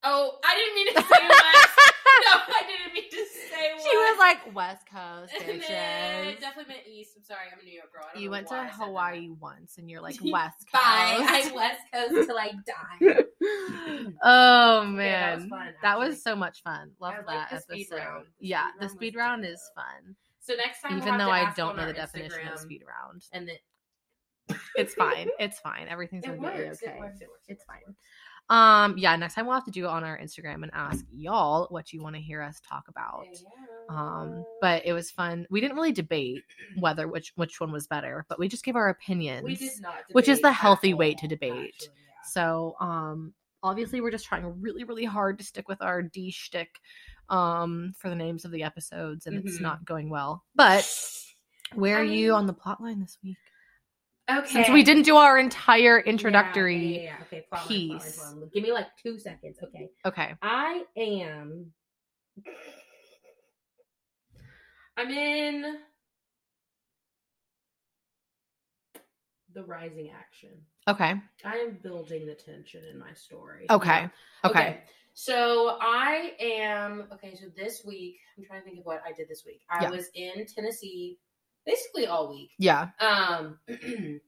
Speaker 1: Oh, I didn't mean to say West. no, I didn't mean to say West.
Speaker 2: she was like, West Coast.
Speaker 1: And then it
Speaker 2: bitches."
Speaker 1: definitely meant East. I'm sorry, I'm a New Yorker. I don't
Speaker 2: You
Speaker 1: know
Speaker 2: went
Speaker 1: why
Speaker 2: to
Speaker 1: I said that.
Speaker 2: Hawaii once and you're like, West Coast.
Speaker 1: Bye. I West Coast till I die.
Speaker 2: oh
Speaker 1: Yeah, that was
Speaker 2: man,
Speaker 1: fun,
Speaker 2: that was,
Speaker 1: actually.
Speaker 2: so much fun. Love
Speaker 1: I like
Speaker 2: that
Speaker 1: the
Speaker 2: episode.
Speaker 1: speed round. The
Speaker 2: yeah,
Speaker 1: speed
Speaker 2: the
Speaker 1: round
Speaker 2: speed
Speaker 1: was
Speaker 2: round
Speaker 1: dope.
Speaker 2: is fun,
Speaker 1: So next time, we'll have
Speaker 2: even though
Speaker 1: to
Speaker 2: I
Speaker 1: ask
Speaker 2: don't
Speaker 1: on
Speaker 2: know
Speaker 1: our
Speaker 2: the definition
Speaker 1: Instagram.
Speaker 2: of speed round.
Speaker 1: And then
Speaker 2: It's fine. It's fine. Everything's
Speaker 1: it
Speaker 2: gonna be
Speaker 1: works.
Speaker 2: okay.
Speaker 1: It works. It works.
Speaker 2: It's
Speaker 1: it works.
Speaker 2: fine. Um, yeah. Next time we'll have to do it on our Instagram and ask y'all what you want to hear us talk about. Um, but it was fun. We didn't really debate whether which which one was better, but we just gave our opinions.
Speaker 1: we did not,
Speaker 2: which is
Speaker 1: debate
Speaker 2: the
Speaker 1: at
Speaker 2: healthy way
Speaker 1: all,
Speaker 2: to debate.
Speaker 1: actually, yeah.
Speaker 2: So, um, obviously, we're just trying really, really hard to stick with our D shtick um, for the names of the episodes, and it's
Speaker 1: Mhm.
Speaker 2: not going well. But where are you on the plot line this week?
Speaker 1: Okay.
Speaker 2: Since we didn't do our entire
Speaker 1: Yeah,
Speaker 2: introductory.
Speaker 1: yeah, yeah, yeah. Okay, plot line, plot line,
Speaker 2: piece.
Speaker 1: plot line. Give me like two seconds. Okay.
Speaker 2: Okay.
Speaker 1: I am. I'm in the rising action.
Speaker 2: Okay.
Speaker 1: I am building the tension in my story.
Speaker 2: Okay. Okay.
Speaker 1: So I am okay. So this week, I'm trying to think of what I did this week. I
Speaker 2: Yeah.
Speaker 1: was in Tennessee basically all week.
Speaker 2: Yeah.
Speaker 1: Um, and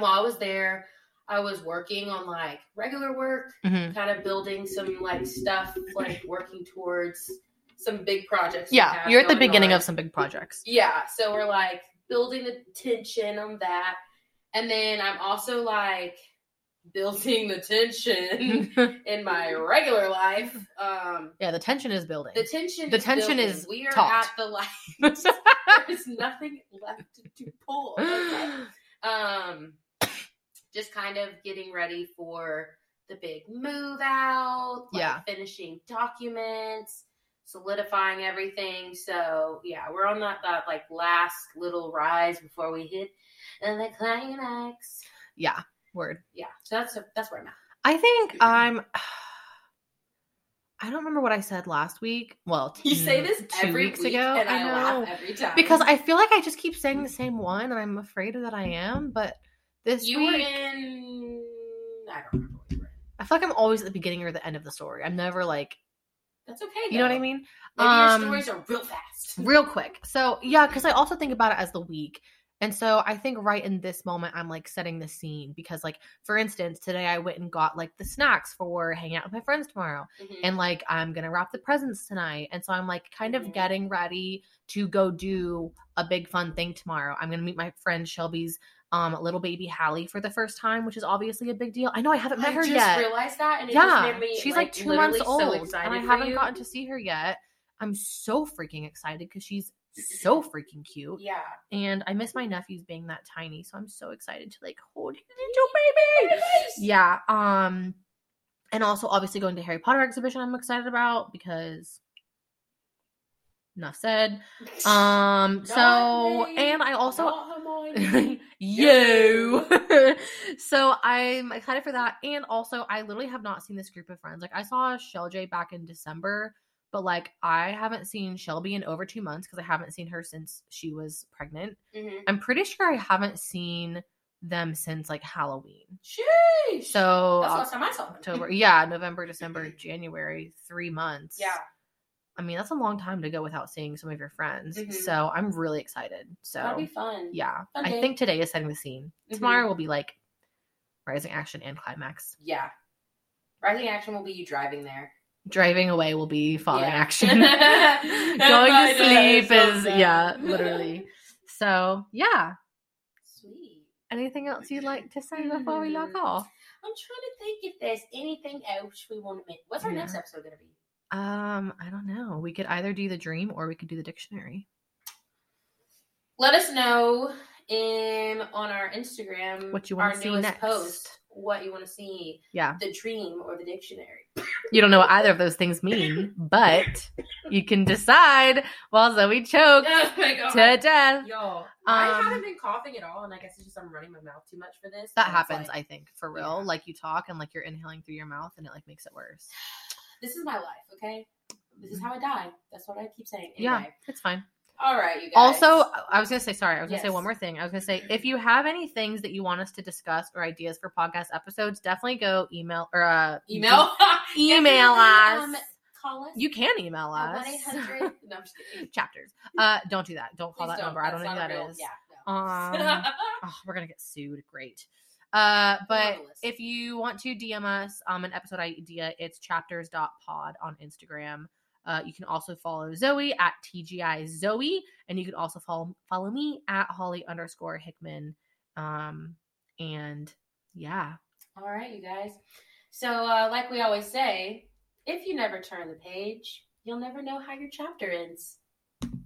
Speaker 1: while I was there, I was working on like regular work,
Speaker 2: Mhm.
Speaker 1: kind of building some like stuff, like working towards some big projects. we
Speaker 2: Yeah.
Speaker 1: have
Speaker 2: You're at the
Speaker 1: going
Speaker 2: beginning
Speaker 1: on.
Speaker 2: of some big projects.
Speaker 1: Yeah. So we're like building the tension on that. And then I'm also like building the tension
Speaker 2: yeah.
Speaker 1: in my regular life. Um,
Speaker 2: The tension is building.
Speaker 1: the tension.
Speaker 2: The
Speaker 1: is
Speaker 2: tension
Speaker 1: building.
Speaker 2: is
Speaker 1: We are
Speaker 2: taut.
Speaker 1: at the light. there is nothing left to pull. okay? um just kind of getting ready for the big move out like
Speaker 2: Yeah.
Speaker 1: finishing documents solidifying everything so yeah we're on that, that like last little rise before we hit the climax
Speaker 2: yeah. Word.
Speaker 1: yeah so that's that's where i'm at
Speaker 2: I think I'm. I don't remember what I said last week. Well,
Speaker 1: You say
Speaker 2: mm,
Speaker 1: this every week, and I, laugh every time
Speaker 2: because I feel like I just keep saying the same one, and I'm afraid that I am. But this
Speaker 1: you
Speaker 2: week,
Speaker 1: were in. I don't remember what you were in.
Speaker 2: I feel like I'm always at the beginning or the end of the story. I'm never like,
Speaker 1: That's okay.
Speaker 2: you know what
Speaker 1: though.
Speaker 2: I mean?
Speaker 1: Maybe
Speaker 2: Um,
Speaker 1: your stories are real fast.
Speaker 2: Real quick. So yeah, because I also think about it as the week. And so I think right in this moment, I'm like setting the scene because, like, for instance, today I went and got like the snacks for hanging out with my friends tomorrow.
Speaker 1: Mhm.
Speaker 2: and like I'm gonna wrap the presents tonight. And so I'm like kind of
Speaker 1: Mhm.
Speaker 2: getting ready to go do a big fun thing tomorrow. I'm gonna meet my friend Shelby's um little baby Hallie for the first time, which is obviously a big deal. I know I haven't met
Speaker 1: I
Speaker 2: her
Speaker 1: just
Speaker 2: yet.
Speaker 1: realized that, and it
Speaker 2: yeah,
Speaker 1: just made me,
Speaker 2: she's like, two
Speaker 1: literally
Speaker 2: months old,
Speaker 1: so
Speaker 2: and
Speaker 1: excited
Speaker 2: I
Speaker 1: for
Speaker 2: haven't
Speaker 1: you.
Speaker 2: gotten to see her yet. I'm so freaking excited because she's so freaking cute,
Speaker 1: Yeah,
Speaker 2: and I miss my nephews being that tiny. So I'm so excited to like hold his little baby. Yeah. Um and also obviously going to Harry Potter exhibition I'm excited about because enough said. Um so
Speaker 1: Not me.
Speaker 2: and I also
Speaker 1: Not Hermione.
Speaker 2: you so I'm excited for that and also I literally have not seen this group of friends. Like I saw Shell J back in December, but like I haven't seen Shelby in over 2 months cuz I haven't seen her since she was pregnant.
Speaker 1: Mhm.
Speaker 2: I'm pretty sure I haven't seen them since like Halloween.
Speaker 1: Sheesh.
Speaker 2: So
Speaker 1: that's the last
Speaker 2: I'll-
Speaker 1: time I saw them.
Speaker 2: October. Yeah, November, December, January, three months.
Speaker 1: Mm-hmm. Yeah.
Speaker 2: I mean, that's a long time to go without seeing some of your friends.
Speaker 1: Mhm.
Speaker 2: So I'm really excited. So
Speaker 1: That'll be fun.
Speaker 2: yeah.
Speaker 1: Fun
Speaker 2: I
Speaker 1: day.
Speaker 2: think today is setting the scene.
Speaker 1: Mhm.
Speaker 2: Tomorrow will be like rising action and climax.
Speaker 1: Yeah. Rising action will be you driving there.
Speaker 2: Driving away will be falling
Speaker 1: Yeah.
Speaker 2: action.
Speaker 1: I
Speaker 2: Going to
Speaker 1: know, it's
Speaker 2: sleep
Speaker 1: so
Speaker 2: is
Speaker 1: sad.
Speaker 2: yeah, literally. So yeah.
Speaker 1: Sweet.
Speaker 2: Anything else you'd like to say before we
Speaker 1: Mm-hmm.
Speaker 2: log off?
Speaker 1: I'm trying to think if there's anything else we want to make. What's our
Speaker 2: Yeah.
Speaker 1: next episode going to be?
Speaker 2: Um, I don't know. We could either do the dream or we could do the dictionary.
Speaker 1: Let us know in on our Instagram
Speaker 2: What you
Speaker 1: our
Speaker 2: wanna see
Speaker 1: newest
Speaker 2: next.
Speaker 1: Post what you want to see.
Speaker 2: Yeah.
Speaker 1: The dream or the dictionary.
Speaker 2: You don't know what either of those things mean, but you can decide while Zoe chokes
Speaker 1: Oh my God.
Speaker 2: to death.
Speaker 1: Yo, I
Speaker 2: Um,
Speaker 1: haven't been coughing at all, and I guess it's just I'm running my mouth too much for this.
Speaker 2: That
Speaker 1: and it's
Speaker 2: happens,
Speaker 1: like-
Speaker 2: I think, for real.
Speaker 1: Yeah.
Speaker 2: Like you talk and like you're inhaling through your mouth and it like makes it worse.
Speaker 1: this is my life, okay? This is how I die. That's what I keep saying. Anyway.
Speaker 2: Yeah, it's fine.
Speaker 1: All right, you guys.
Speaker 2: Also, I- I was gonna say sorry. I was gonna say
Speaker 1: Yes.
Speaker 2: one more thing. I was gonna say if you have any things that you want us to discuss or ideas for podcast episodes, definitely go email or uh, e-,
Speaker 1: email
Speaker 2: email us.
Speaker 1: Um, call us.
Speaker 2: you can email us.
Speaker 1: one eight hundred. No, I'm just kidding.
Speaker 2: Chapters. Uh, don't do that. Don't call
Speaker 1: Please
Speaker 2: that number. I don't know
Speaker 1: That's not
Speaker 2: who that
Speaker 1: a
Speaker 2: is.
Speaker 1: real-
Speaker 2: Um,
Speaker 1: Yeah. no.
Speaker 2: oh, we're gonna get sued. Great. Uh, but
Speaker 1: Marvelous.
Speaker 2: if you want to DM us um, an episode idea, it's chapters.pod on Instagram. Uh, you can also follow Zoe at TGI Zoe, and you can also follow follow me at Holly underscore Hickman. Um, and yeah,
Speaker 1: All right, you guys. So, uh, like we always say, if you never turn the page, you'll never know how your chapter ends.